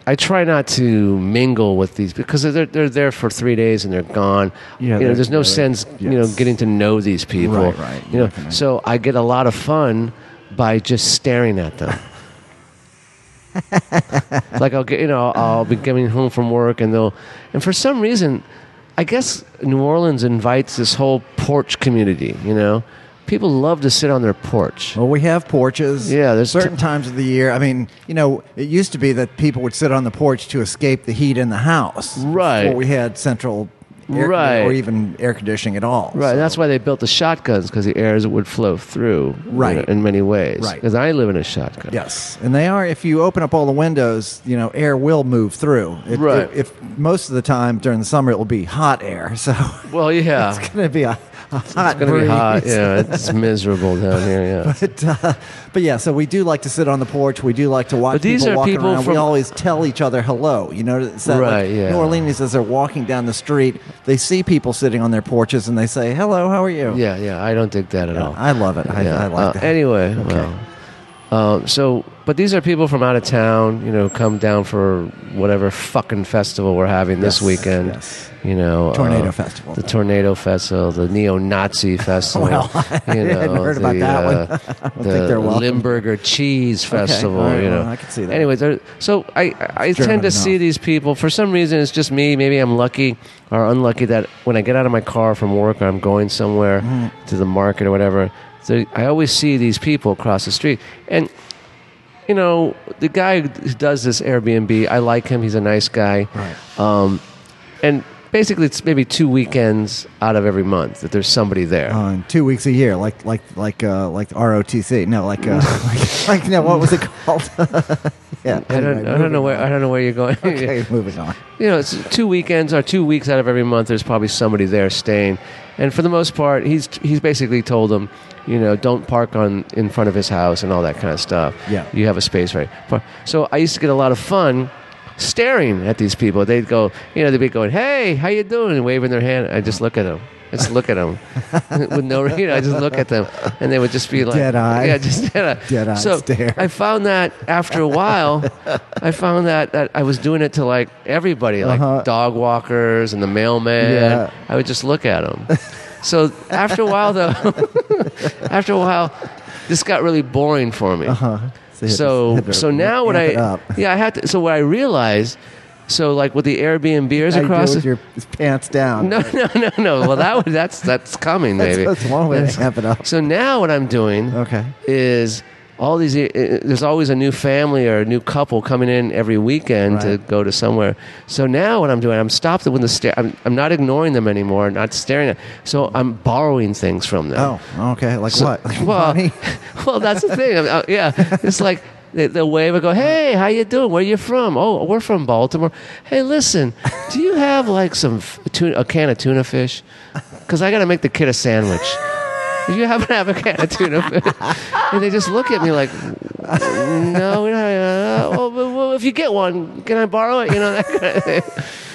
B: I try not to mingle with these because they're they're there for three days and they're gone.
A: Yeah,
B: you know,
A: they're-
B: there's no
A: they're-
B: sense you know
A: yes.
B: getting to know these people.
A: Right, right.
B: You know,
A: Okay.
B: so I get a lot of fun by just staring at them. like I'll get, you know, I'll be coming home from work, and they'll, and for some reason, I guess New Orleans invites this whole porch community. You know, people love to sit on their porch.
A: Well, we have porches.
B: Yeah, there's
A: certain times of the year. I mean, you know, it used to be that people would sit on the porch to escape the heat in the house.
B: Right.
A: Before we had central, air,
B: Right.
A: or even air conditioning at all.
B: Right, that's why they built the shotguns because the airs would flow through. you
A: Right.
B: know, in many ways.
A: Right.
B: because I live in a shotgun.
A: Yes, and they are. If you open up all the windows, you know, air will move through. If,
B: Right.
A: If, most of the time during the summer, it will be hot air. So
B: Well, yeah,
A: it's going to be a, a hot
B: It's gonna be
A: breeze.
B: hot. Yeah, it's miserable down here. Yeah.
A: But, uh, but yeah, so we do like to sit on the porch. We do like to watch
B: But these
A: people
B: are
A: walking
B: people
A: around. we
B: from-
A: always tell each other hello. You know, it's that
B: Right,
A: Like,
B: yeah.
A: New Orleanians as they're walking down the street, they see people sitting on their porches and they say, "Hello, how are you?"
B: Yeah, yeah, I don't dig that at all.
A: I love it. I,
B: Yeah,
A: I
B: uh,
A: like that.
B: Anyway, well, um, so but these are people from out of town, you know, come down for whatever fucking festival we're having this
A: Yes,
B: weekend.
A: yes.
B: You know, uh,
A: Tornado Festival.
B: the tornado festival, the neo-Nazi festival.
A: Well, I
B: you know,
A: hadn't heard about
B: the,
A: that one.
B: uh,
A: I don't
B: the
A: think they're welcome.
B: Limburger cheese festival.
A: all right,
B: you know,
A: well, I can see that.
B: Anyway, there- so I I
A: German
B: tend to
A: enough.
B: see these people for some reason. It's just me. Maybe I'm lucky or unlucky that when I get out of my car from work or I'm going somewhere to the market or whatever, there- I always see these people across the street. And you know, the guy who does this Airbnb, I like him. He's a nice guy.
A: Right.
B: Um, and basically, it's maybe two weekends out of every month that there's somebody there.
A: on two weeks a year, like like like uh, like ROTC. No, like uh, like, like no, what was it called? yeah,
B: I don't,
A: anyway,
B: I don't know
A: moving
B: where I don't know where you're going.
A: on. Okay, moving on.
B: you know, it's two weekends or two weeks out of every month. There's probably somebody there staying, and for the most part, he's he's basically told them, you know, don't park on in front of his house and all that kind of stuff.
A: Yeah.
B: you have a space right. Par- So I used to get a lot of fun staring at these people. They'd go, you know, they'd be going, "Hey, how you doing?" and waving their hand. I just look at them. I just look at them with no, you know, I just look at them, and they would just be like,
A: Dead eye.
B: yeah, just dead eye,
A: Dead eye
B: So
A: stare.
B: I found that after a while, I found that, that I was doing it to like everybody, like
A: Uh-huh.
B: dog walkers and the mailman.
A: Yeah.
B: I would just look at them. So after a while, though, after a while, this got really boring for me.
A: Uh,
B: So
A: had to
B: so now when
A: amp
B: I
A: it up.
B: yeah I had to so what I realized so like with the Airbnbs
A: How you do
B: across
A: with your pants down.
B: no no no no well that would- that's that's coming
A: that's, Uh-huh.
B: maybe
A: that's one way to amp it up.
B: so now what I'm doing
A: Okay.
B: is all these uh, there's always a new family or a new couple coming in every weekend to
A: Right.
B: go to somewhere. So now what I'm doing, I'm stopped when the stare. I'm, I'm not ignoring them anymore, not staring at. So I'm borrowing things from them.
A: Oh, okay. Like
B: So-
A: what? Like
B: well,
A: money?
B: well, that's the thing. I'm, uh, yeah, it's like they, they'll wave and go, "Hey, how you doing? Where you from? Oh, we're from Baltimore. Hey, listen, do you have like some f- tuna, a can of tuna fish? Because I got to make the kid a sandwich. Do you happen to have a can of tuna fish?" And they just look at me like, "No, we don't have, uh, well, but- well, if you get one, can I borrow it? You know that kind of thing."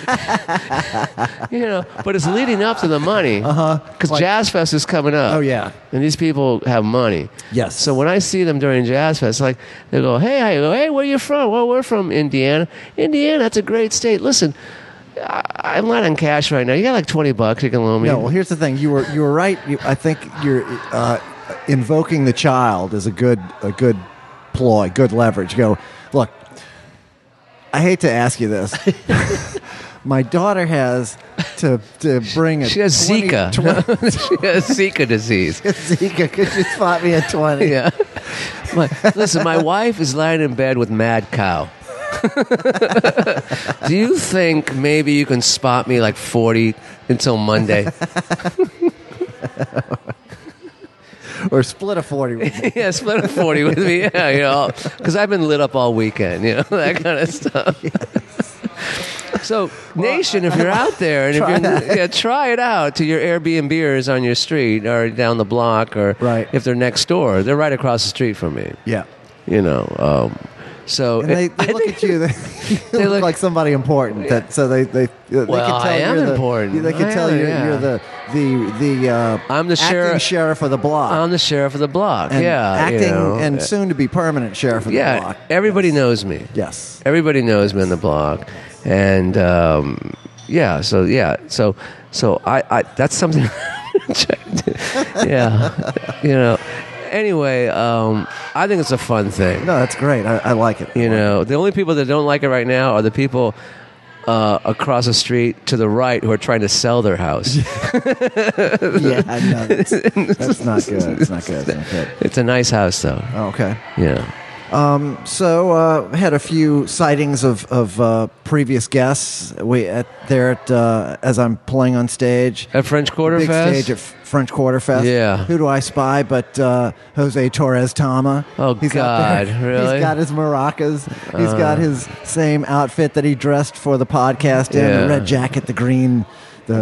B: you know, but it's leading up to the money. Uh huh. Because Jazz Fest is coming up.
A: Uh-huh. Oh, yeah.
B: And these people have money.
A: Yes.
B: So when I see them during Jazz Fest, like they go, "Hey, I go, hey, where you from? Well, we're from Indiana. Indiana, that's a great state. Listen, I, I'm not on cash right now. You got like twenty bucks you can loan me?
A: No, well, here's the thing. You were you were right. You, I think you're uh, invoking the child is a good a good ploy, good leverage. You go, look. I hate to ask you this. My daughter has to to bring a
B: she has
A: 20
B: Zika.
A: twen-
B: she has Zika disease.
A: Zika, could you spot me at twenty?
B: Yeah. My, listen, my wife is lying in bed with mad cow. Do you think maybe you can spot me like 40 until Monday?
A: Or split a forty. with me.
B: yeah, split a 40 with me. Yeah, you know, because I've been lit up all weekend, you know, that kind of stuff. So, nation, if you're out there and if you're, yeah, try it out to your Airbnbers on your street or down the block or
A: Right.
B: if they're next door, they're right across the street from me,
A: Yeah.
B: you know. Um, so,
A: And they,
B: I
A: they look at
B: think-
A: you. They, you look,
B: look-
A: like somebody important. That so they they, they
B: Well,
A: can tell
B: I am
A: you're the,
B: important.
A: They can
B: I
A: tell
B: am,
A: you're,
B: yeah.
A: you're the the the. Uh,
B: I'm the
A: acting
B: sheriff-
A: sheriff of the block.
B: I'm the sheriff of the block.
A: and
B: yeah.
A: acting
B: you know.
A: and soon to be permanent sheriff of the
B: yeah,
A: block.
B: everybody knows me.
A: Yes.
B: Everybody knows me on the block, and um, yeah, so yeah, so so I, I that's something. yeah, you know, anyway, um, I think it's a fun thing.
A: No, that's great. I, I like it.
B: You know, the only people that don't like it right now are the people uh, across the street to the right who are trying to sell their house.
A: yeah, I know. That's, that's not good. That's not good. That's not good.
B: it's a nice house, though.
A: Oh, okay.
B: Yeah.
A: So uh, had a few sightings of of uh, previous guests. We at there at uh, as I'm playing on stage.
B: At French Quarter
A: Big
B: Fest?
A: stage at F- French Quarter Fest.
B: Yeah.
A: Who do I spy but uh, Jose Torres Tama?
B: Oh,
A: out there.
B: God, really? Uh.
A: He's got his maracas. He's got his same outfit that he dressed for the podcast in
B: Yeah.
A: the red jacket, the green, the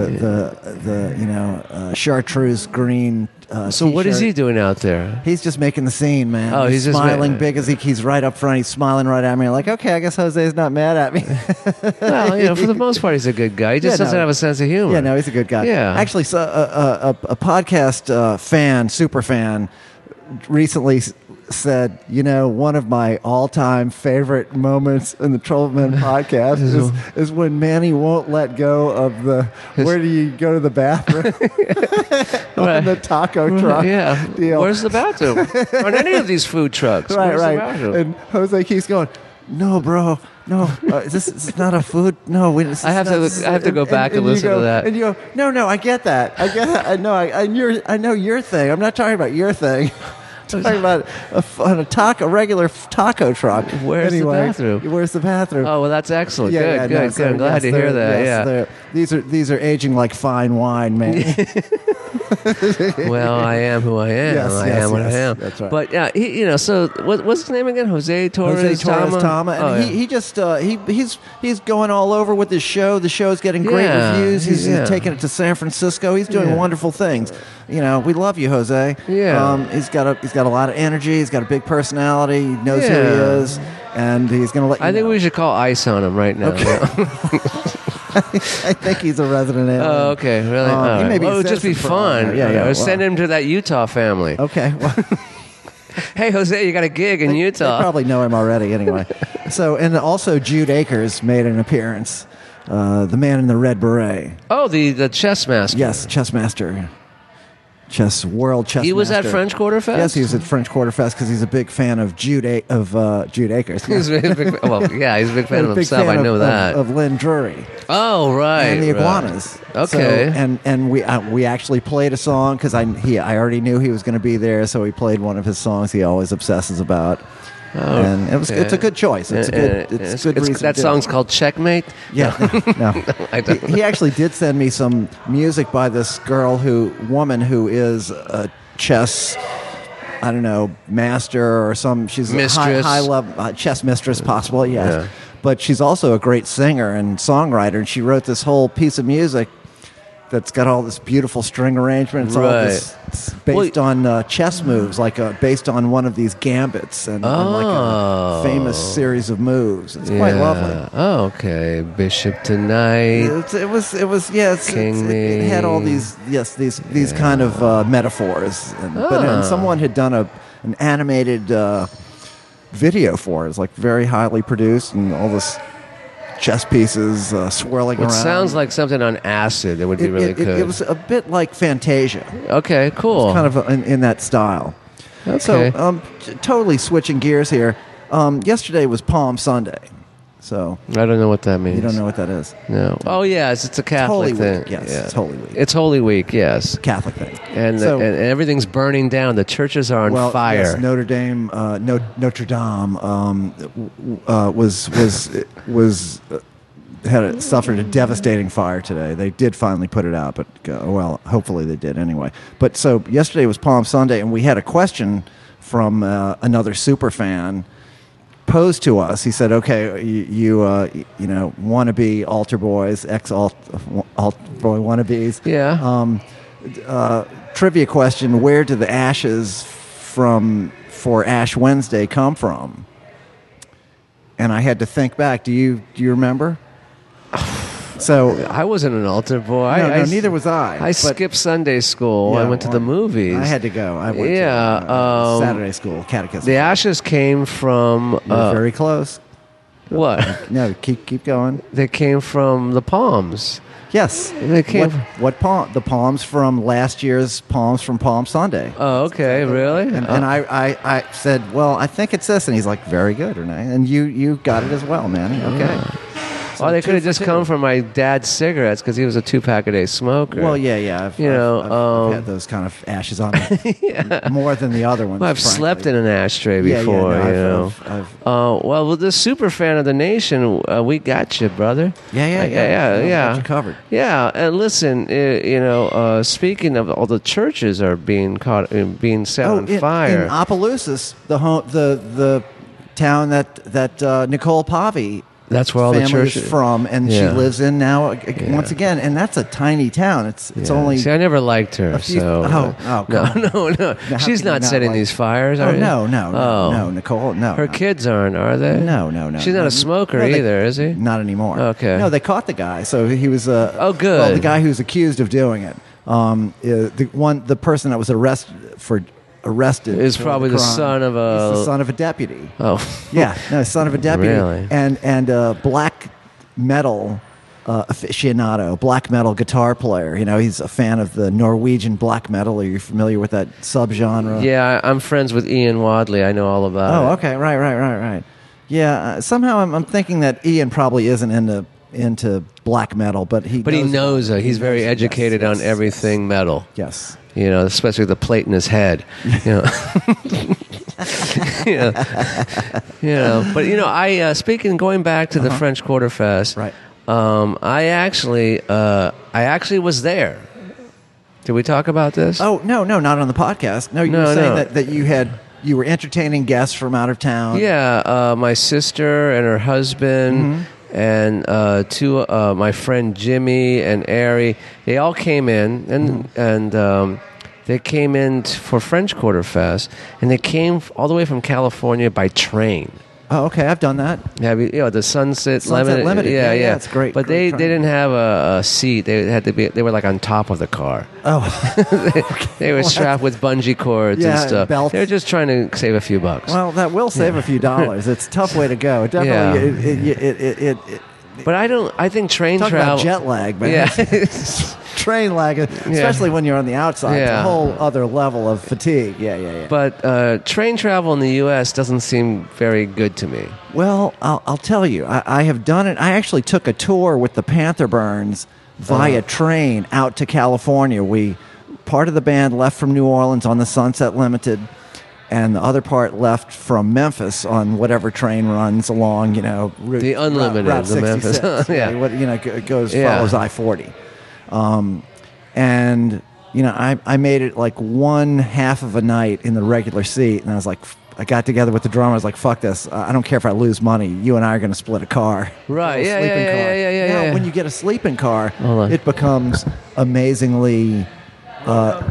A: the the you know uh, chartreuse green. Uh,
B: So what is
A: t-shirt.
B: he doing out there?
A: He's just making the scene, man.
B: Oh, he's just ma-
A: smiling big as he, he's right up front. He's smiling right at me. Like, okay, I guess Jose's not mad at me.
B: Well, you know, for the most part, he's a good guy. He just
A: Yeah, no.
B: doesn't have a sense of humor.
A: yeah, no, he's a good guy.
B: Yeah.
A: actually, so, uh, a, a, a podcast uh, fan, super fan, recently s- said, you know, one of my all-time favorite moments in the Troubleman podcast is, is when Manny won't let go of the where do you go to the bathroom on
B: Right.
A: the taco truck
B: Yeah.
A: deal.
B: Where's the bathroom? On any of these food trucks.
A: right,
B: where's the
A: right.
B: bathroom?
A: And Jose keeps going, "No, bro, no, uh, this is not a food. No, we, this
B: I
A: is
B: have
A: not-
B: to-
A: this is-
B: I have to go back and
A: you
B: listen to
A: go-
B: that.
A: And you go, "No, no, I get that. I get that. I know. I, I, your, I know your thing. I'm not talking about your thing." I'm talking about a, f- on a taco, a regular f- taco truck.
B: Where's the
A: anyway,
B: bathroom?
A: Where's the bathroom?
B: Oh, well, that's excellent. good, good,
A: no,
B: good.
A: so,
B: I'm glad
A: yes,
B: to
A: they're-
B: hear that.
A: yes,
B: yeah.
A: they're- these are these are aging like fine wine, man.
B: Well, I am who I am.
A: Yes,
B: I
A: yes,
B: am what
A: yes.
B: I am.
A: That's right.
B: But yeah, he, you know, so what, what's his name again? Jose Torres.
A: Jose Torres Tama, and
B: Oh,
A: he,
B: yeah.
A: he just uh, he he's he's going all over with his show. The show's getting great
B: Yeah,
A: reviews. He's
B: yeah.
A: taking it to San Francisco. He's doing
B: Yeah.
A: wonderful things. You know, we love you, Jose.
B: Yeah.
A: um, he's got a he's got a lot of energy. He's got a big personality. He knows who he
B: Yeah.
A: is, and he's going to let you.
B: I think
A: know.
B: we should call ICE on him right now.
A: I think he's a resident. alien.
B: Oh, okay, really?
A: Um,
B: All
A: he
B: right.
A: may be
B: well,
A: a
B: it would just be
A: citizen for all I know.
B: fun.
A: Yeah, yeah,
B: Or
A: wow.
B: send him to that Utah family.
A: Okay. Well,
B: Hey, Jose, you got a gig in
A: they
B: Utah.
A: probably know him already anyway. so, and also Jude Akers made an appearance. Uh, the man in the red beret.
B: oh, the the chess master.
A: Yes, chess master. Chess world chess.
B: He was at
A: master.
B: French Quarter Fest?
A: Yes, he was at French Quarter Fest because he's a big fan of Jude a- of uh, Jude Akers.
B: He's a big, well, yeah, he's a big fan
A: And a
B: of
A: big
B: himself.
A: fan
B: I know
A: of,
B: that.
A: of, of Lynn Drury
B: oh, right.
A: and the
B: right.
A: Iguanas. So-
B: Okay.
A: and and we uh, we actually played a song because I he I already knew he was going to be there, so we played one of his songs he always obsesses about. and it was it's a good choice. It's a
B: And-
A: good
B: and
A: it's, a good reason.
B: uh, That
A: to do it.
B: song's called Checkmate.
A: Yeah, no.
B: I
A: he,
B: don't
A: he actually did send me some music by this girl who woman who is a chess I don't know master or some she's a
B: Mistress.
A: high, high level uh, chess mistress possibly yes
B: Yeah.
A: but she's also a great singer and songwriter and she wrote this whole piece of music that's got all this beautiful string arrangement it's all this
B: Right.
A: it's based
B: Well,
A: on uh, chess moves like uh based on one of these gambits and on
B: Oh.
A: like a famous series of moves it's quite
B: Yeah.
A: lovely
B: Oh, okay. Bishop tonight.
A: it, it was. It was. Yeah. It's, it's, it, it had all
B: King
A: these. Yes. These. These kind of uh, metaphors. And, But
B: Ah.
A: and someone had done a an animated uh, video for it. It's like very highly produced and all this chess pieces uh, swirling
B: Which
A: around.
B: sounds like something on acid. It would be
A: it,
B: really
A: it,
B: good.
A: it, it was a bit like Fantasia,
B: okay, cool.
A: kind of in, in that style.
B: Okay.
A: So, um, t- totally switching gears here. Um, yesterday was Palm Sunday, so
B: I don't know what that means.
A: you don't know what that is.
B: No. Oh, yes. It's a Catholic
A: Holy
B: thing.
A: Week, yes,
B: Yeah.
A: it's Holy Week.
B: It's Holy Week, yes.
A: Catholic thing.
B: And,
A: So-
B: and everything's burning down. The churches are on
A: well,
B: fire.
A: yes, Notre Dame, uh, no, Notre Dame um, w- w- uh, was was was uh, had a, suffered a devastating fire today. They did finally put it out, but uh, well, hopefully they did anyway. But so yesterday was Palm Sunday, and we had a question from uh, another super fan posed to us. He said, "Okay, you you, uh, y- you know want to be altar boys, ex alt boy wannabes."
B: Yeah.
A: Um, uh, trivia question: Where do the ashes from for Ash Wednesday come from? And I had to think back. Do you do you remember? So
B: I wasn't an altar boy.
A: no,
B: I,
A: no,
B: I-
A: neither was I.
B: I skipped Sunday school. I
A: Yeah,
B: went to
A: well,
B: the movies.
A: I had to go. I went
B: Yeah,
A: to uh,
B: um,
A: Saturday school catechism.
B: The ashes came from.
A: You were
B: uh,
A: very close.
B: What?
A: No, keep keep going.
B: They came from the palms.
A: Yes,
B: They came
A: What,
B: from-
A: what palm? The palms from last year's palms from Palm Sunday.
B: Oh, okay, really? Uh,
A: And, and I, I, I said, well, I think it's this, and he's like, very good, Renee, and you you got it as well, man. Okay.
B: oh, they
A: two
B: could have
A: for
B: just
A: two.
B: come from my dad's cigarettes because he was a two pack a day smoker.
A: Well, yeah, yeah. I've,
B: You
A: I've-
B: know,
A: I've,
B: um,
A: I've had those kind of ashes on me more than the other ones.
B: Well, I've
A: frankly.
B: slept in an ashtray
A: Yeah, yeah,
B: before,
A: no,
B: you
A: I've-
B: know.
A: I've- I've-
B: Uh, well, with the super fan of the nation, uh, we got you, brother.
A: Yeah, yeah,
B: Uh,
A: yeah.
B: yeah,
A: We
B: yeah.
A: got you covered.
B: Yeah, and listen, uh, you know, uh, speaking of all the churches are being caught, uh, being set
A: Oh,
B: on
A: in,
B: fire.
A: in Opelousas, the home, the the town that that uh, Nicole Pavi.
B: That's where all the
A: family is
B: churches-
A: from, and
B: Yeah.
A: she lives in now. uh, Once again, and that's a tiny town. It's it's
B: Yeah.
A: only
B: See, I never liked her.
A: few-
B: so uh,
A: Oh, oh,
B: no,
A: come
B: no, no,
A: Now, how
B: She's
A: can you
B: not
A: not
B: setting
A: like-
B: these fires.
A: Oh
B: are you?
A: no, no, no,
B: Oh.
A: no, Nicole, no.
B: Her
A: no.
B: kids aren't, are they?
A: No, no, no.
B: She's not
A: No,
B: a smoker
A: no, they-
B: either, is he?
A: Not anymore.
B: Okay.
A: No, they caught the guy, so he was. Uh,
B: Oh, good.
A: Well, the guy who's accused of doing it, um, uh, the one, the person that was arrested for arrested
B: Is
A: for
B: probably the
A: crime.
B: son of a-
A: He's the son of a deputy.
B: Oh,
A: Yeah, no, son of a deputy,
B: Really?
A: and and a black metal uh, aficionado, black metal guitar player. You know, he's a fan of the Norwegian black metal. Are you familiar with that subgenre?
B: yeah. I- I'm friends with Ian Wadley. I know all about.
A: Oh,
B: it.
A: okay, right, right, right, right. Yeah, uh, somehow I'm, I'm thinking that Ian probably isn't into into black metal, but he
B: But he knows. it. He's very
A: knows it, yes,
B: educated on
A: yes,
B: everything metal.
A: Yes.
B: You know, especially the plate in his head. You know. you, know, you know, but you know, I uh, speaking going back to the French Quarter Fest.
A: Uh-huh. Right.
B: Um, I actually, uh, I actually was there. Did we talk about this?
A: Oh no, no, not on the podcast. No, you
B: No,
A: were saying
B: no.
A: that, that you had you were entertaining guests from out of town.
B: Yeah, uh, my sister and her husband
A: Mm-hmm.
B: and uh, two uh, my friend Jimmy and Ari. They all came in and
A: Mm-hmm.
B: and um, they came in t- for French Quarter Fest, and they came f- all the way from California by train.
A: Oh, okay, I've done that.
B: Have you, you know, the Sunset,
A: Sunset
B: Limited.
A: Limited.
B: Yeah,
A: Yeah,
B: yeah,
A: yeah, it's great,
B: But
A: great
B: they, they
A: train.
B: didn't have a, a seat. They had to be. They were like on top of the car.
A: Oh,
B: They were strapped with bungee cords
A: Yeah,
B: and
A: and
B: stuff.
A: belts.
B: They were just trying to save a few bucks.
A: well, that will save a few dollars. It's a tough way to go. It definitely.
B: Yeah.
A: It, it, it, it, it, it,
B: but I don't. I think train
A: Talk
B: travel.
A: about jet lag, man.
B: Yeah.
A: Train lag, especially when you're on the outside. It's
B: Yeah.
A: a whole other level of fatigue. Yeah, yeah, yeah.
B: but uh, train travel in the U.S. doesn't seem very good to me.
A: Well, I'll, I'll tell you, I, I have done it. I actually took a tour with the Pantherburns
B: Uh-huh.
A: via train out to California. We part of the band left from New Orleans on the Sunset Limited, and the other part left from Memphis on whatever train runs along. You know, route,
B: The
A: Route-
B: Unlimited,
A: Route
B: the Memphis.
A: 66.
B: Yeah.
A: what you know go- goes
B: Yeah.
A: follows I forty. Um, and you know, I, I made it like one half of a night in the regular seat, and I was like, f- I got together with the drummer. I was like, fuck this. Uh, I don't care if I lose money. You and I are going to split a car.
B: Right.
A: A
B: Yeah, yeah,
A: sleeping
B: yeah, yeah, yeah, yeah,
A: Now,
B: yeah. Oh,
A: when you get a sleeping car,
B: Hold on.
A: it becomes amazingly Uh,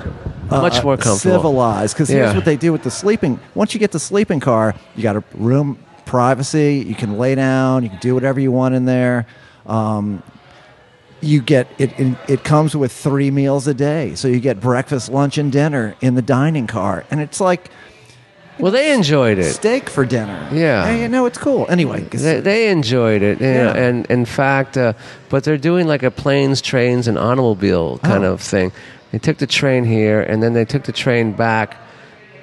B: Much more comfortable.
A: civilized. Because
B: Yeah.
A: here's what they do with the sleeping. Once you get the sleeping car, you got a room privacy. You can lay down. You can do whatever you want in there. Um, you get it, it. It comes with three meals a day, so you get breakfast, lunch, and dinner in the dining car, and it's like
B: Well, they enjoyed it.
A: steak for dinner.
B: Yeah.
A: Hey, you know it's cool. Anyway, 'cause-
B: They, they enjoyed it, you know,
A: Yeah.
B: and in fact, uh, but they're doing like a planes, trains, and automobile kind
A: Oh.
B: of thing. They took the train here, and then they took the train back,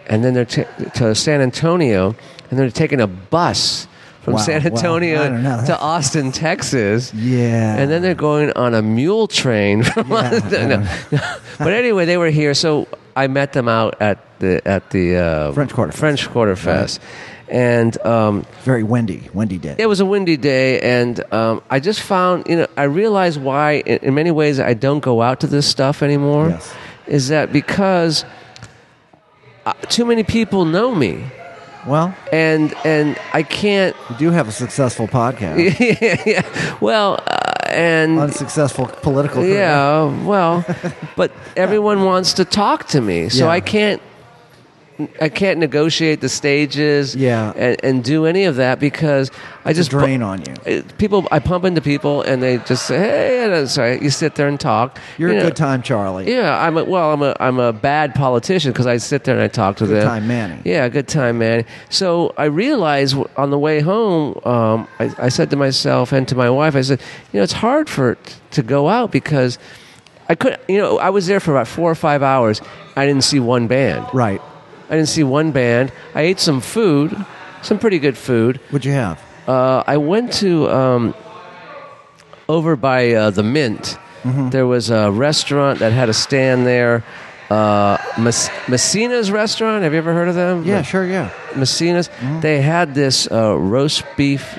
B: and then they're t- to San Antonio, and they're taking a bus from
A: Wow,
B: San
A: wow.
B: Antonio
A: I don't know.
B: to Austin, Texas.
A: Yeah.
B: and then they're going on a mule train. From
A: Yeah, I
B: Austin- no. but anyway, they were here, so I met them out at the at the uh,
A: French Quarter Fest.
B: French Quarter Fest. And um,
A: very windy, windy day.
B: it was a windy day, and um, I just found, you know, I realized why, in, in many ways, I don't go out to this stuff anymore.
A: Yes.
B: Is that because uh, too many people know me,
A: well,
B: and and I can't.
A: you do have a successful podcast,
B: yeah, well, uh, and
A: unsuccessful political. Career.
B: yeah, well, but everyone wants to talk to me, so
A: Yeah.
B: I can't I can't negotiate the stages
A: Yeah.
B: and, and do any of that because I just pu-
A: drain on you.
B: it- people I pump into people and they just say hey and it's like you sit there and talk
A: You're
B: You
A: a
B: know,
A: good time, Charlie.
B: yeah I'm a, well I'm a I'm a bad politician because I sit there and I talk to
A: Good
B: them
A: time, Manny.
B: yeah good time Manny so I realized w- on the way home um, I, I said to myself and to my wife I said you know it's hard for to go out because I could you know I was there for about four or five hours I didn't see one band
A: Right.
B: I didn't see one band I ate some food some pretty good food
A: What'd you have?
B: uh, I went to um, over by uh, the Mint.
A: Mm-hmm.
B: There was a restaurant that had a stand there. Uh, Mes- Messina's restaurant. Have you ever heard of them?
A: Yeah, sure, yeah.
B: Messina's. They had this uh, roast beef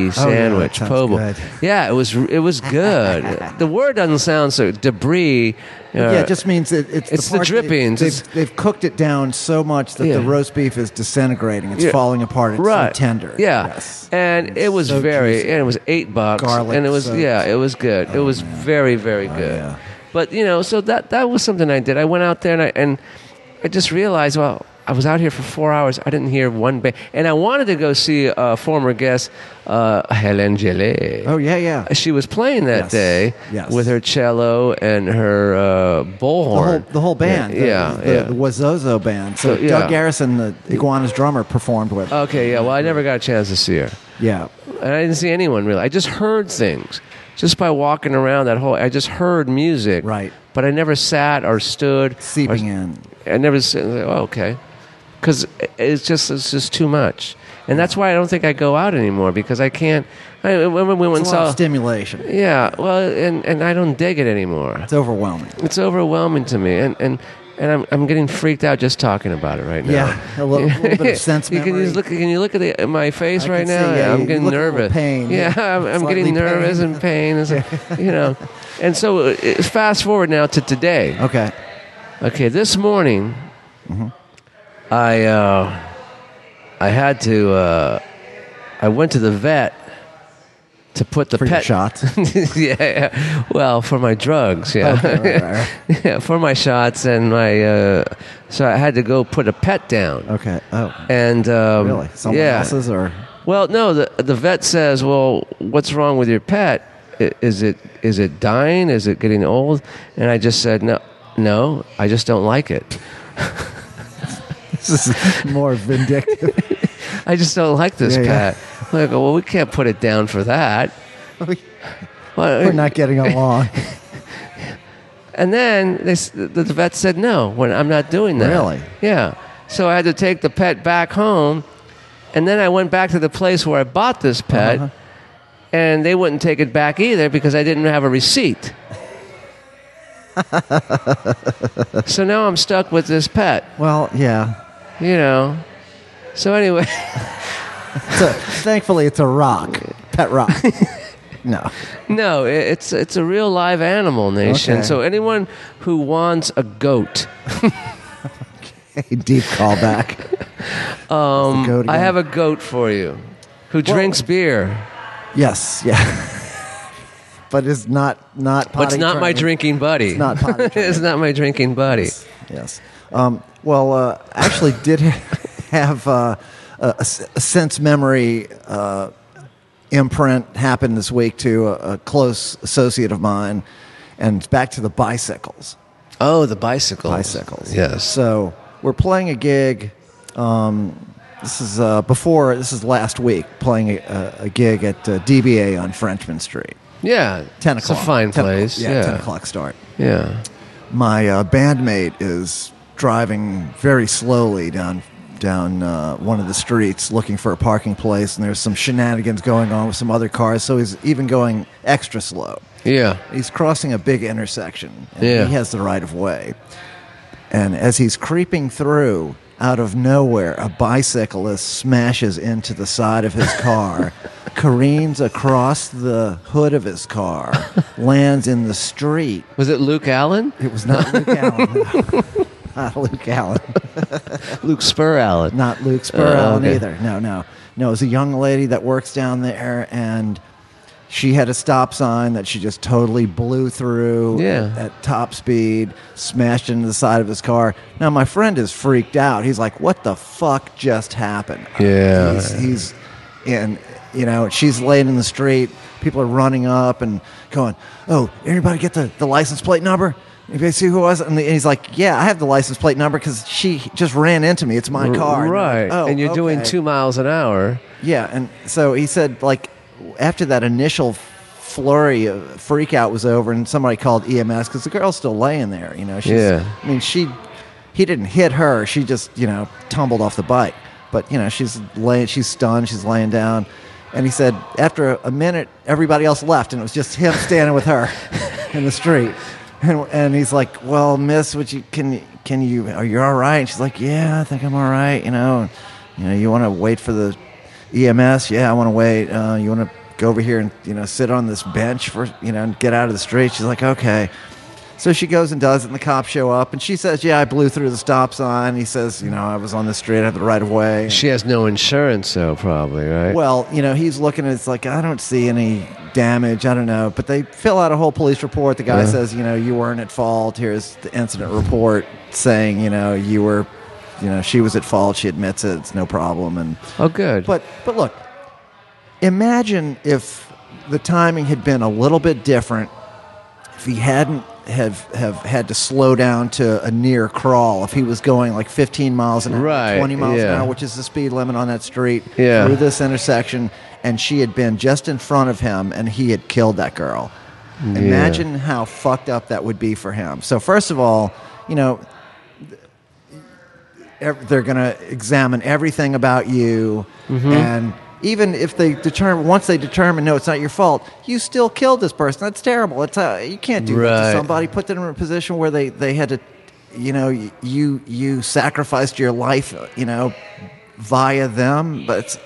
A: Oh, yeah, that
B: sandwich.
A: sounds
B: pobo.
A: good.
B: Yeah, it was. It was good. the word doesn't sound so debris. uh,
A: yeah, it just means it, it's
B: it's the
A: part-
B: drippings.
A: They,
B: It's-
A: have they've cooked it down so much that
B: Yeah.
A: the roast beef is disintegrating. It's
B: Yeah.
A: falling apart. It's
B: right.
A: so tender.
B: Yeah,
A: Yes.
B: and
A: It's
B: it was
A: so
B: very,
A: juicy.
B: and it was eight bucks,
A: Garlic
B: and it was
A: soaked. Oh,
B: yeah, it was good. it was very, very good.
A: yeah.
B: But you know, so that that was something I did. I went out there and I and I just realized, well, I was out here for four hours. I didn't hear one band, and I wanted to go see a former guest, uh, Helen Gillet.
A: Oh yeah, yeah.
B: She was playing that
A: Yes.
B: day
A: Yes.
B: with her cello and her uh,
A: The whole,
B: bullhorn.
A: the whole band, the-
B: Yeah,
A: the,
B: yeah.
A: the Wazozo band. So,
B: So, yeah. Uh,
A: Doug Garrison, the Iguanas drummer, performed with.
B: okay, yeah. Well, I never got a chance to see her.
A: yeah,
B: and I didn't see anyone really. I just heard things just by walking around that whole. I just heard music,
A: Right.
B: But I never sat or stood.
A: seeping
B: or,
A: in.
B: I never said, oh, okay, because it's just it's just too much, and that's why I don't think I go out anymore because I can't. I, when when we went
A: It's
B: and
A: a lot
B: saw,
A: of stimulation.
B: yeah, well, and and I don't dig it anymore.
A: It's overwhelming.
B: It's overwhelming to me, and and. And I'm, I'm getting freaked out just talking about it right now.
A: Yeah, a little- little bit of sense
B: you can,
A: memory.
B: just look, can you look at, the, at my face
A: I
B: right
A: can see,
B: now?
A: yeah,
B: I'm
A: you
B: getting
A: look a little
B: nervous.
A: pained.
B: Yeah, I'm, I'm
A: Slightly
B: getting nervous
A: pained.
B: and pain. And so, You know, and so uh, it- fast forward now to today.
A: Okay, Uh-huh.
B: Okay, this morning,
A: Mm-hmm.
B: I uh, I had to uh, I went to the vet to put the
A: for your
B: pet
A: shots.
B: yeah, yeah, well, for my drugs, yeah,
A: Okay, right, right, right.
B: yeah, for my shots and my uh, so I had to go put a pet down.
A: Okay. Oh,
B: And um,
A: really? Someone
B: yeah.
A: else's or
B: Well, no, the the vet says, "Well, what's wrong with your pet? I- Is it is it dying? Is it getting old?" And I just said, "No, no, I just don't like it.
A: this is more vindictive.
B: I just don't like this
A: Yeah, yeah.
B: pet." Like, well, we can't put it down for that. Well,
A: We're not getting along.
B: And then they, s- the, the vet said, "No, when I'm not doing that."
A: Really?
B: Yeah. So I had to take the pet back home, and then I went back to the place where I bought this pet,
A: Uh-huh.
B: and they wouldn't take it back either because I didn't have a receipt. so now I'm stuck with this pet,
A: Well, yeah.
B: you know. So anyway,
A: So, thankfully, it's a rock, pet rock. No.
B: no, it, it's it's a real live animal nation.
A: Okay.
B: So anyone who wants a goat.
A: Deep callback. Um,
B: I have a goat for you who drinks beer.
A: yes, yeah, but it's not not.
B: But it's
A: potty
B: not my
A: trained.
B: drinking buddy.
A: It's not potty
B: it's
A: trained.
B: not my drinking buddy.
A: Yes. Um, well, uh, I actually, did ha- have uh, a, a s- a sense memory uh, imprint happen this week to a, a close associate of mine, and it's back to the bicycles.
B: Oh, the bicycle.
A: bicycles.
B: Yes.
A: So we're playing a gig. Um, this is uh, before. This is last week. Playing a, a, a gig at uh, DBA on Frenchman Street.
B: Yeah.
A: Ten
B: It's
A: o'clock.
B: a fine
A: 10
B: place.
A: Yeah,
B: yeah.
A: ten o'clock start.
B: Yeah.
A: My uh, bandmate is driving very slowly down down uh, one of the streets looking for a parking place, and there's some shenanigans going on with some other cars. So he's even going extra slow.
B: Yeah.
A: He's crossing a big intersection. And
B: Yeah.
A: He has the right of way. And as he's creeping through, out of nowhere, a bicyclist smashes into the side of his car, careens across the hood of his car, lands in the street.
B: Was it Luke Allen?
A: It was not Luke Allen. not Luke Allen.
B: Luke Spur Allen.
A: Not Luke Spur
B: Uh,
A: Allen
B: okay.
A: either. No, no. No, it was a young lady that works down there, and She had a stop sign that she just totally blew through
B: Yeah.
A: at, at top speed, smashed into the side of his car. Now my friend is freaked out. He's like, "What the fuck just happened?"
B: Yeah.
A: He's- he's and you know she's laying in the street people are running up and going oh everybody get the, the license plate number anybody see who it was and, the- and he's like yeah i have the license plate number because she just ran into me it's my car And they're
B: Right.
A: like, "Oh,
B: and you're doing
A: okay."
B: two miles an hour.
A: yeah and so he said like after that initial flurry of freak out was over and somebody called E ems because the girl's still laying there you know she's
B: Yeah.
A: i mean she he didn't hit her she just you know tumbled off the bike but you know she's laying she's stunned she's laying down and he said after a, a minute everybody else left and it was just him standing with her in the street and, and he's like well miss would you can can you are you all right and she's like yeah i think i'm all right you know and, you know you want to wait for the ems E yeah i want to wait uh, you want to go over here and you know sit on this bench for you know and get out of the street she's like okay so she goes and does it, and the cops show up, and she says, "Yeah, I blew through the stop sign." He says, "You know, I was on the street, I had the right of way."
B: She has no insurance, though, probably, right?
A: Well, you know, he's looking at it's like I don't see any damage. I don't know, but they fill out a whole police report. The guy says, "You know, you weren't at fault." Here's the incident report saying, "You know, you were, you know, she was at fault. She admits it. It's no problem." And
B: oh, good.
A: but but look, imagine if the timing had been a little bit different. If he hadn't have have had to slow down to a near crawl, if he was going like 15 miles an hour,
B: Right,
A: 20 miles an
B: yeah.
A: hour, which is the speed limit on that street
B: Yeah.
A: through this intersection, and she had been just in front of him, and he had killed that girl. Imagine how fucked up that would be for him. So first of all, you know, ev- they're going to examine everything about you and even if they determine once they determine no it's not your fault you still killed this person that's terrible it's uh, you can't do that
B: Right.
A: to somebody put them in a position where they they had to you know y- you you sacrificed your life uh, you know via them but it's,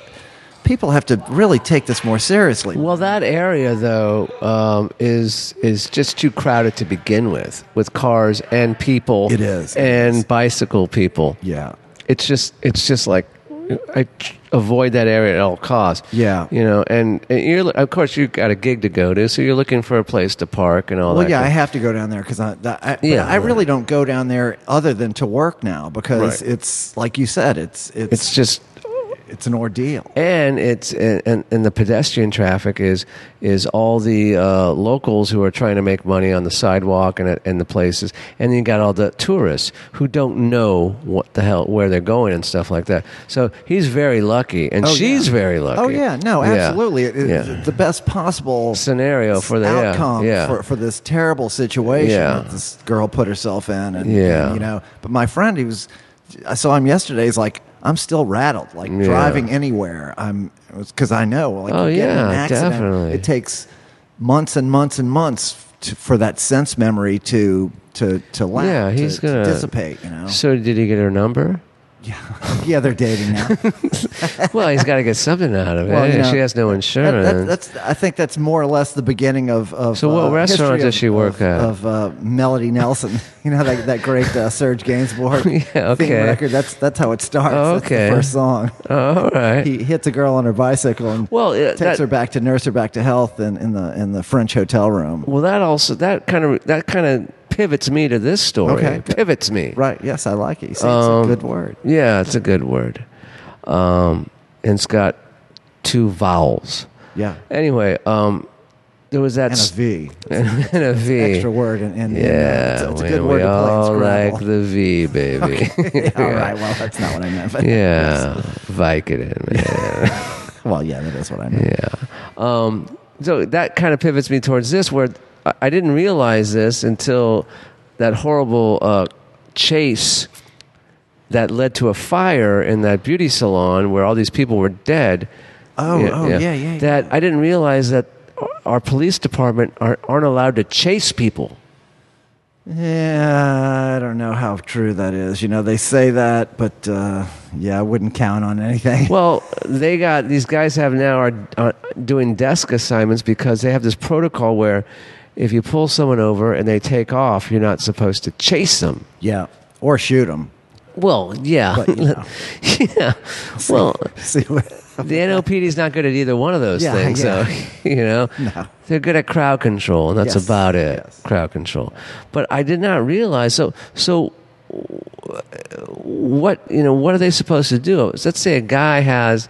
A: people have to really take this more seriously
B: Well, that area though um, is is just too crowded to begin with, with cars and people.
A: It is, it
B: and
A: is.
B: bicycle people.
A: yeah
B: It's just it's just like I tr- avoid that area at all costs.
A: Yeah.
B: you know, and, and you're of course you've got a gig to go to, so you're looking for a place to park and all
A: well,
B: that.
A: yeah, I
B: kind-
A: have to go down there because I, that- I, but
B: Yeah,
A: I really
B: right.
A: don't go down there other than to work now because
B: Right.
A: it's like you said, it's it's
B: it's just
A: it's an ordeal.
B: and it's and, and the pedestrian traffic is is all the uh, locals who are trying to make money on the sidewalk and at- and the places, and then you got all the tourists who don't know what the hell where they're going and stuff like that. So he's very lucky, and
A: Oh, yeah.
B: she's very lucky.
A: Oh yeah, no,
B: Yeah.
A: absolutely. It- it's
B: Yeah.
A: The best possible
B: Scenario for the yeah,
A: outcome
B: yeah.
A: For, for this terrible situation
B: Yeah.
A: that this girl put herself in, and,
B: Yeah.
A: and, you know. But my friend, he was, I saw him yesterday. He's like, I'm still rattled. Like
B: Yeah.
A: driving anywhere, I'm because I know. Like,
B: Oh,
A: you get in an
B: yeah,
A: accident,
B: definitely.
A: It takes months and months and months to, for that sense memory to to to lap,
B: yeah, he's
A: to, to
B: gonna
A: dissipate. You know,
B: So did he get her number?
A: yeah, they're dating now.
B: well, he's got to get something out of it.
A: Well, you know,
B: she has no
A: That-
B: insurance.
A: that- that's, I think that's more or less the beginning of. of
B: So what
A: uh,
B: restaurant
A: history
B: does
A: of-
B: she work
A: of,
B: at?
A: Of uh, Melody Nelson, you know that, that great uh, Serge Gainsbourg
B: Yeah,
A: theme
B: okay.
A: record. That's that's how it starts.
B: Oh,
A: That's the
B: okay.
A: first song.
B: oh, all right.
A: He hits a girl on her bicycle and
B: Well, yeah,
A: takes
B: that-
A: her back to nurse her back to health in, in the in the French hotel room.
B: Well, that also that kind of that kind of pivots me to this story.
A: Okay, good.
B: Pivots me.
A: Right? Yes, I like it. You see,
B: Um,
A: it's a good word.
B: Yeah, it's a good word. Um, and it's got two vowels.
A: Yeah,
B: Anyway, um, there was that
A: and a
B: s-
A: V,
B: and a V.
A: extra word, and, and
B: Yeah,
A: uh, it's, it's a
B: we-
A: good
B: we
A: word to play in
B: all
A: Scrabble.
B: like the V, baby.
A: All right, well, that's not what I meant. But
B: yeah, Vicodin, man.
A: Well, yeah, that is what I meant.
B: Um, so that kind of pivots me towards this, where I- I didn't realize this until that horrible uh, chase that led to a fire in that beauty salon where all these people were dead.
A: Oh, oh, yeah, yeah,
B: That I didn't realize that our police department are, aren't allowed to chase people.
A: Yeah, I don't know how true that is. You know, they say that, but uh, yeah, I wouldn't count on anything.
B: Well, they got these guys have now are, are doing desk assignments because they have this protocol where if you pull someone over and they take off, you're not supposed to chase them.
A: yeah, or shoot them.
B: Well, yeah,
A: But, you know.
B: yeah. Well,
A: See what-
B: the NOPD is not good at either one of those
A: Yeah,
B: things.
A: yeah.
B: So you know,
A: No.
B: they're good at crowd control, and that's
A: Yes,
B: about it.
A: yes.
B: Crowd control. But I did not realize. So so what you know what are they supposed to do let's say a guy has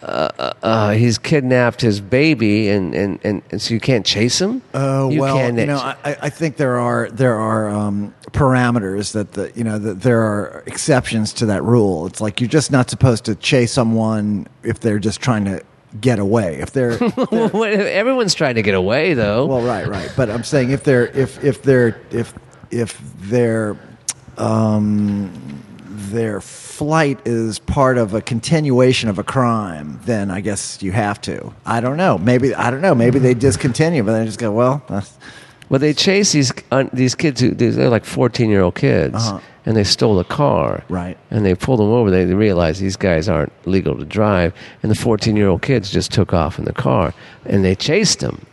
B: uh, uh, uh, he's kidnapped his baby and, and, and, and so you can't chase him
A: Oh
B: you
A: well,
B: can't-
A: you know, I, I I think there are there are um, parameters that the you know that there are exceptions to that rule. It's like you're just not supposed to chase someone if they're just trying to get away. If they're
B: Well, what- everyone's trying to get away though
A: well, right, right. But I'm saying if they're if if they're if if their um, their flight is part of a continuation of a crime, then I guess you have to. I don't know. Maybe I don't know. Maybe they discontinue, but they just go well. That's,
B: well they chase these un these kids who these- they're like 14 year old kids
A: Uh-huh.
B: and they stole a car
A: Right.
B: and they pulled them over they realized these guys aren't legal to drive and the 14 year old kids just took off in the car and they chased them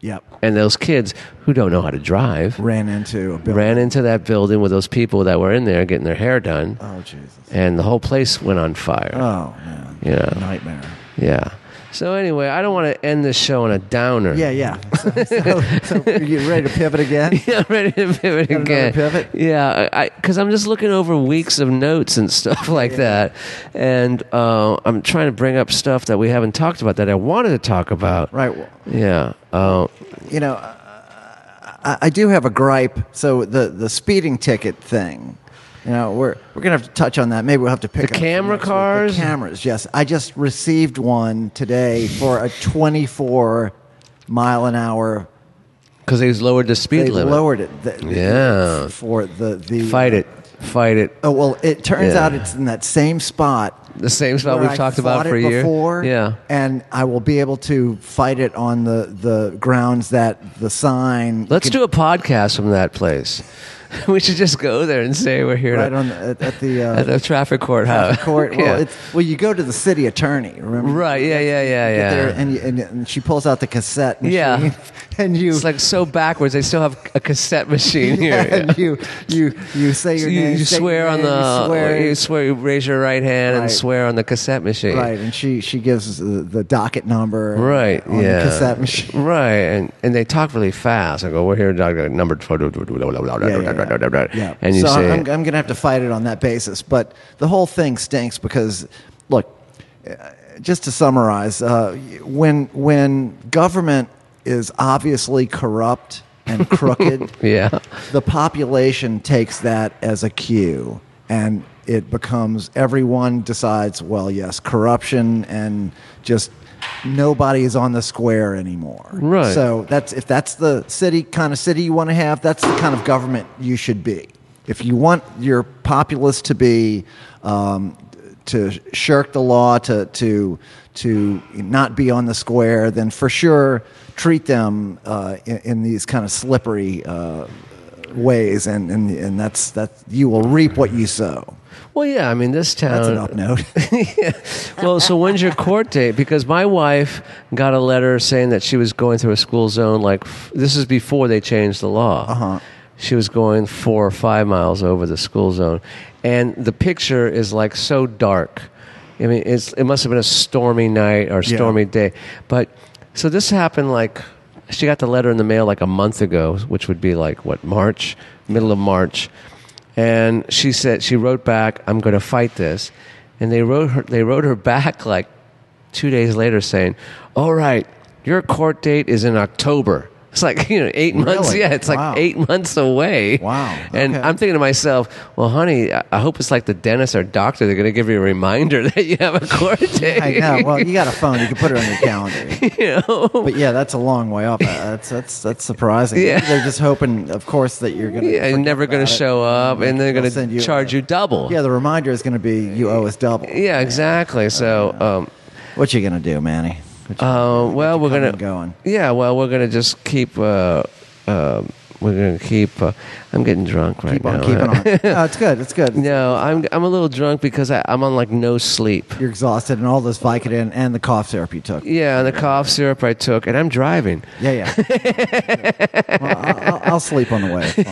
A: yep.
B: and those kids who don't know how to drive
A: Ran into a building.
B: ran into that building with those people that were in there getting their hair done,
A: Oh Jesus!
B: and the whole place went on fire.
A: Oh man,
B: Yeah.
A: nightmare.
B: yeah. So anyway, I don't want to end this show on a downer.
A: Yeah, yeah. So, so, so are you ready to pivot again?
B: Yeah, I'm ready to pivot
A: another
B: again.
A: pivot?
B: Yeah, I because I'm just looking over weeks of notes and stuff like that, and uh, I'm trying to bring up stuff that we haven't talked about that I wanted to talk about.
A: Right. Well,
B: Yeah. Uh,
A: you know, uh, I, I do have a gripe. So the the speeding ticket thing. You know, we're we're gonna have to touch on that. Maybe we'll have to pick
B: The
A: up
B: camera
A: next week. The
B: cars?
A: cameras. Yes, I just received one today for a 24 mile an hour.
B: because they've lowered the speed
A: They
B: limit.
A: lowered it. The-
B: Yeah.
A: For the the
B: Fight it. Fight it.
A: Oh well, it turns
B: Yeah.
A: out it's in that same spot
B: The same spot
A: where
B: we've
A: I
B: talked about
A: fought
B: for
A: it
B: a year.
A: before,
B: Yeah.
A: and I will be able to fight it on the the grounds that the sign.
B: Let's do a podcast from that place. We should just go there and say we're here
A: right
B: to-
A: on the, at, at the, uh,
B: at the traffic courthouse.
A: court. Well,
B: yeah.
A: it's, well, you go to the city attorney. Remember?
B: right. Yeah, yeah, yeah,
A: You
B: yeah.
A: get there and, you, and, and she pulls out the cassette. Machine,
B: Yeah.
A: and you.
B: it's like so backwards. They still have a cassette machine here.
A: and you you you say
B: So
A: your
B: you,
A: name.
B: you
A: state your
B: swear on
A: name,
B: the
A: you swear,
B: you swear you raise your right hand and
A: Right.
B: swear on the cassette machine.
A: right, and she she gives the, the docket number.
B: Right,
A: on
B: yeah.
A: the cassette machine.
B: Right, and, and they talk really fast. I go, we're here, doctor, number
A: Yeah, yeah, yeah. Yeah.
B: and you
A: so
B: say,
A: I'm, I'm going to have to fight it on that basis. But the whole thing stinks because, look, uh, just to summarize, uh, when when government is obviously corrupt and crooked,
B: yeah,
A: the population takes that as a cue, and it becomes everyone decides, well, yes, corruption and just. Nobody is on the square anymore.
B: Right.
A: So that's if that's the city kind of city you want to have, that's the kind of government you should be. If you want your populace to be um, to shirk the law, to to to not be on the square, then for sure treat them uh, in, in these kind of slippery uh, ways, and, and and that's that you will reap what you sow.
B: well, yeah. I mean, this town.
A: That's an up note.
B: yeah. Well, so when's your court date? Because my wife got a letter saying that she was going through a school zone. Like f- this is before they changed the law.
A: Uh-huh.
B: She was going four or five miles over the school zone, and the picture is like so dark. I mean, it's it must have been a stormy night or
A: Yeah.
B: stormy day. But so this happened like she got the letter in the mail like a month ago, which would be like what March, middle of March, and she said she wrote back, "I'm going to fight this," and they wrote her they wrote her back like two days later saying, "All right, your court date is in October." It's like you know eight months.
A: Really?
B: Yeah, it's
A: Wow.
B: like eight months away.
A: Wow,
B: And
A: okay.
B: I'm thinking to myself, well, honey, I I hope it's like the dentist or doctor. They're going to give you a reminder that you have a court date.
A: I know. Well, you got a phone. You can put it on your calendar.
B: you know?
A: But yeah, that's a long way up. Uh, That's that's that's surprising.
B: Yeah.
A: they're just hoping, of course, that you're gonna.
B: Yeah, you're
A: forget
B: never going
A: about
B: to
A: it.
B: show up, and they're
A: They'll
B: going
A: send
B: to charge you double.
A: Yeah, the reminder is going to be you owe us double.
B: yeah, exactly. So, um,
A: What you gonna do, Manny? What you-
B: uh, well, we're
A: coming
B: going
A: and
B: to
A: going.
B: Yeah, well, we're going to just keep uh, um We're gonna keep. Uh, I'm getting drunk right
A: Keep on
B: now.
A: keeping on. No, it's good. It's good.
B: no, I'm I'm a little drunk because I, I'm on like no sleep.
A: You're exhausted, and all this Vicodin and the cough syrup you took.
B: Yeah, and the cough syrup I took, and I'm driving.
A: Yeah, yeah. Yeah. Well, I- I'll, I'll sleep on the way. It's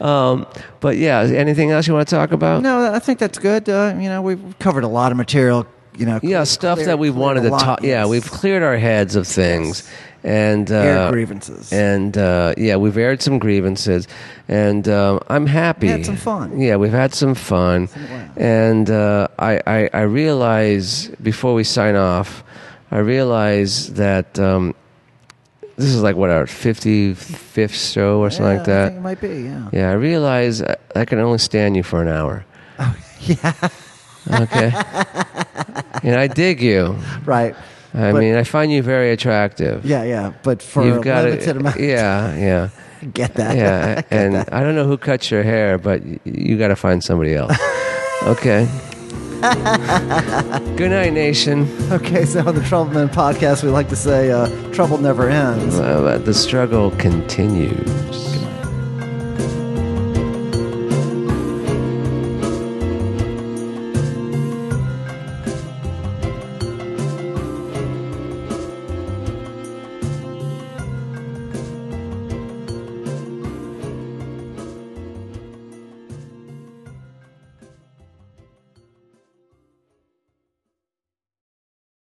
A: fine.
B: Um, but yeah, anything else you want to talk about?
A: No, I think that's good. Uh, you know, we've covered a lot of material. You know,
B: Yeah, stuff
A: cleared-
B: that we
A: cleared
B: wanted
A: a
B: to
A: lot,
B: talk. Yeah,
A: yes.
B: we've cleared our heads of things, and uh,
A: aired grievances.
B: and uh, yeah, we've aired some grievances, and um, I'm happy.
A: We had some fun.
B: Yeah, we've had some fun,
A: fun.
B: and uh, I, I I realize before we sign off, I realize that um, this is like what our 55th show or something
A: Yeah,
B: like
A: I
B: that.
A: think it might be. Yeah.
B: Yeah, I realize I, I can only stand you for an hour.
A: Oh,
B: yeah. Okay. and I dig you.
A: Right.
B: I
A: But-
B: mean, I find you very attractive.
A: Yeah, yeah. But for a
B: gotta-
A: limited amount,
B: Yeah, yeah,
A: get that.
B: yeah. and I don't know who cuts your hair, but y- you got to find somebody else. Okay. Good night, nation.
A: Okay, so on the Troubleman podcast, we like to say uh, trouble never ends.
B: Uh, but the struggle continues.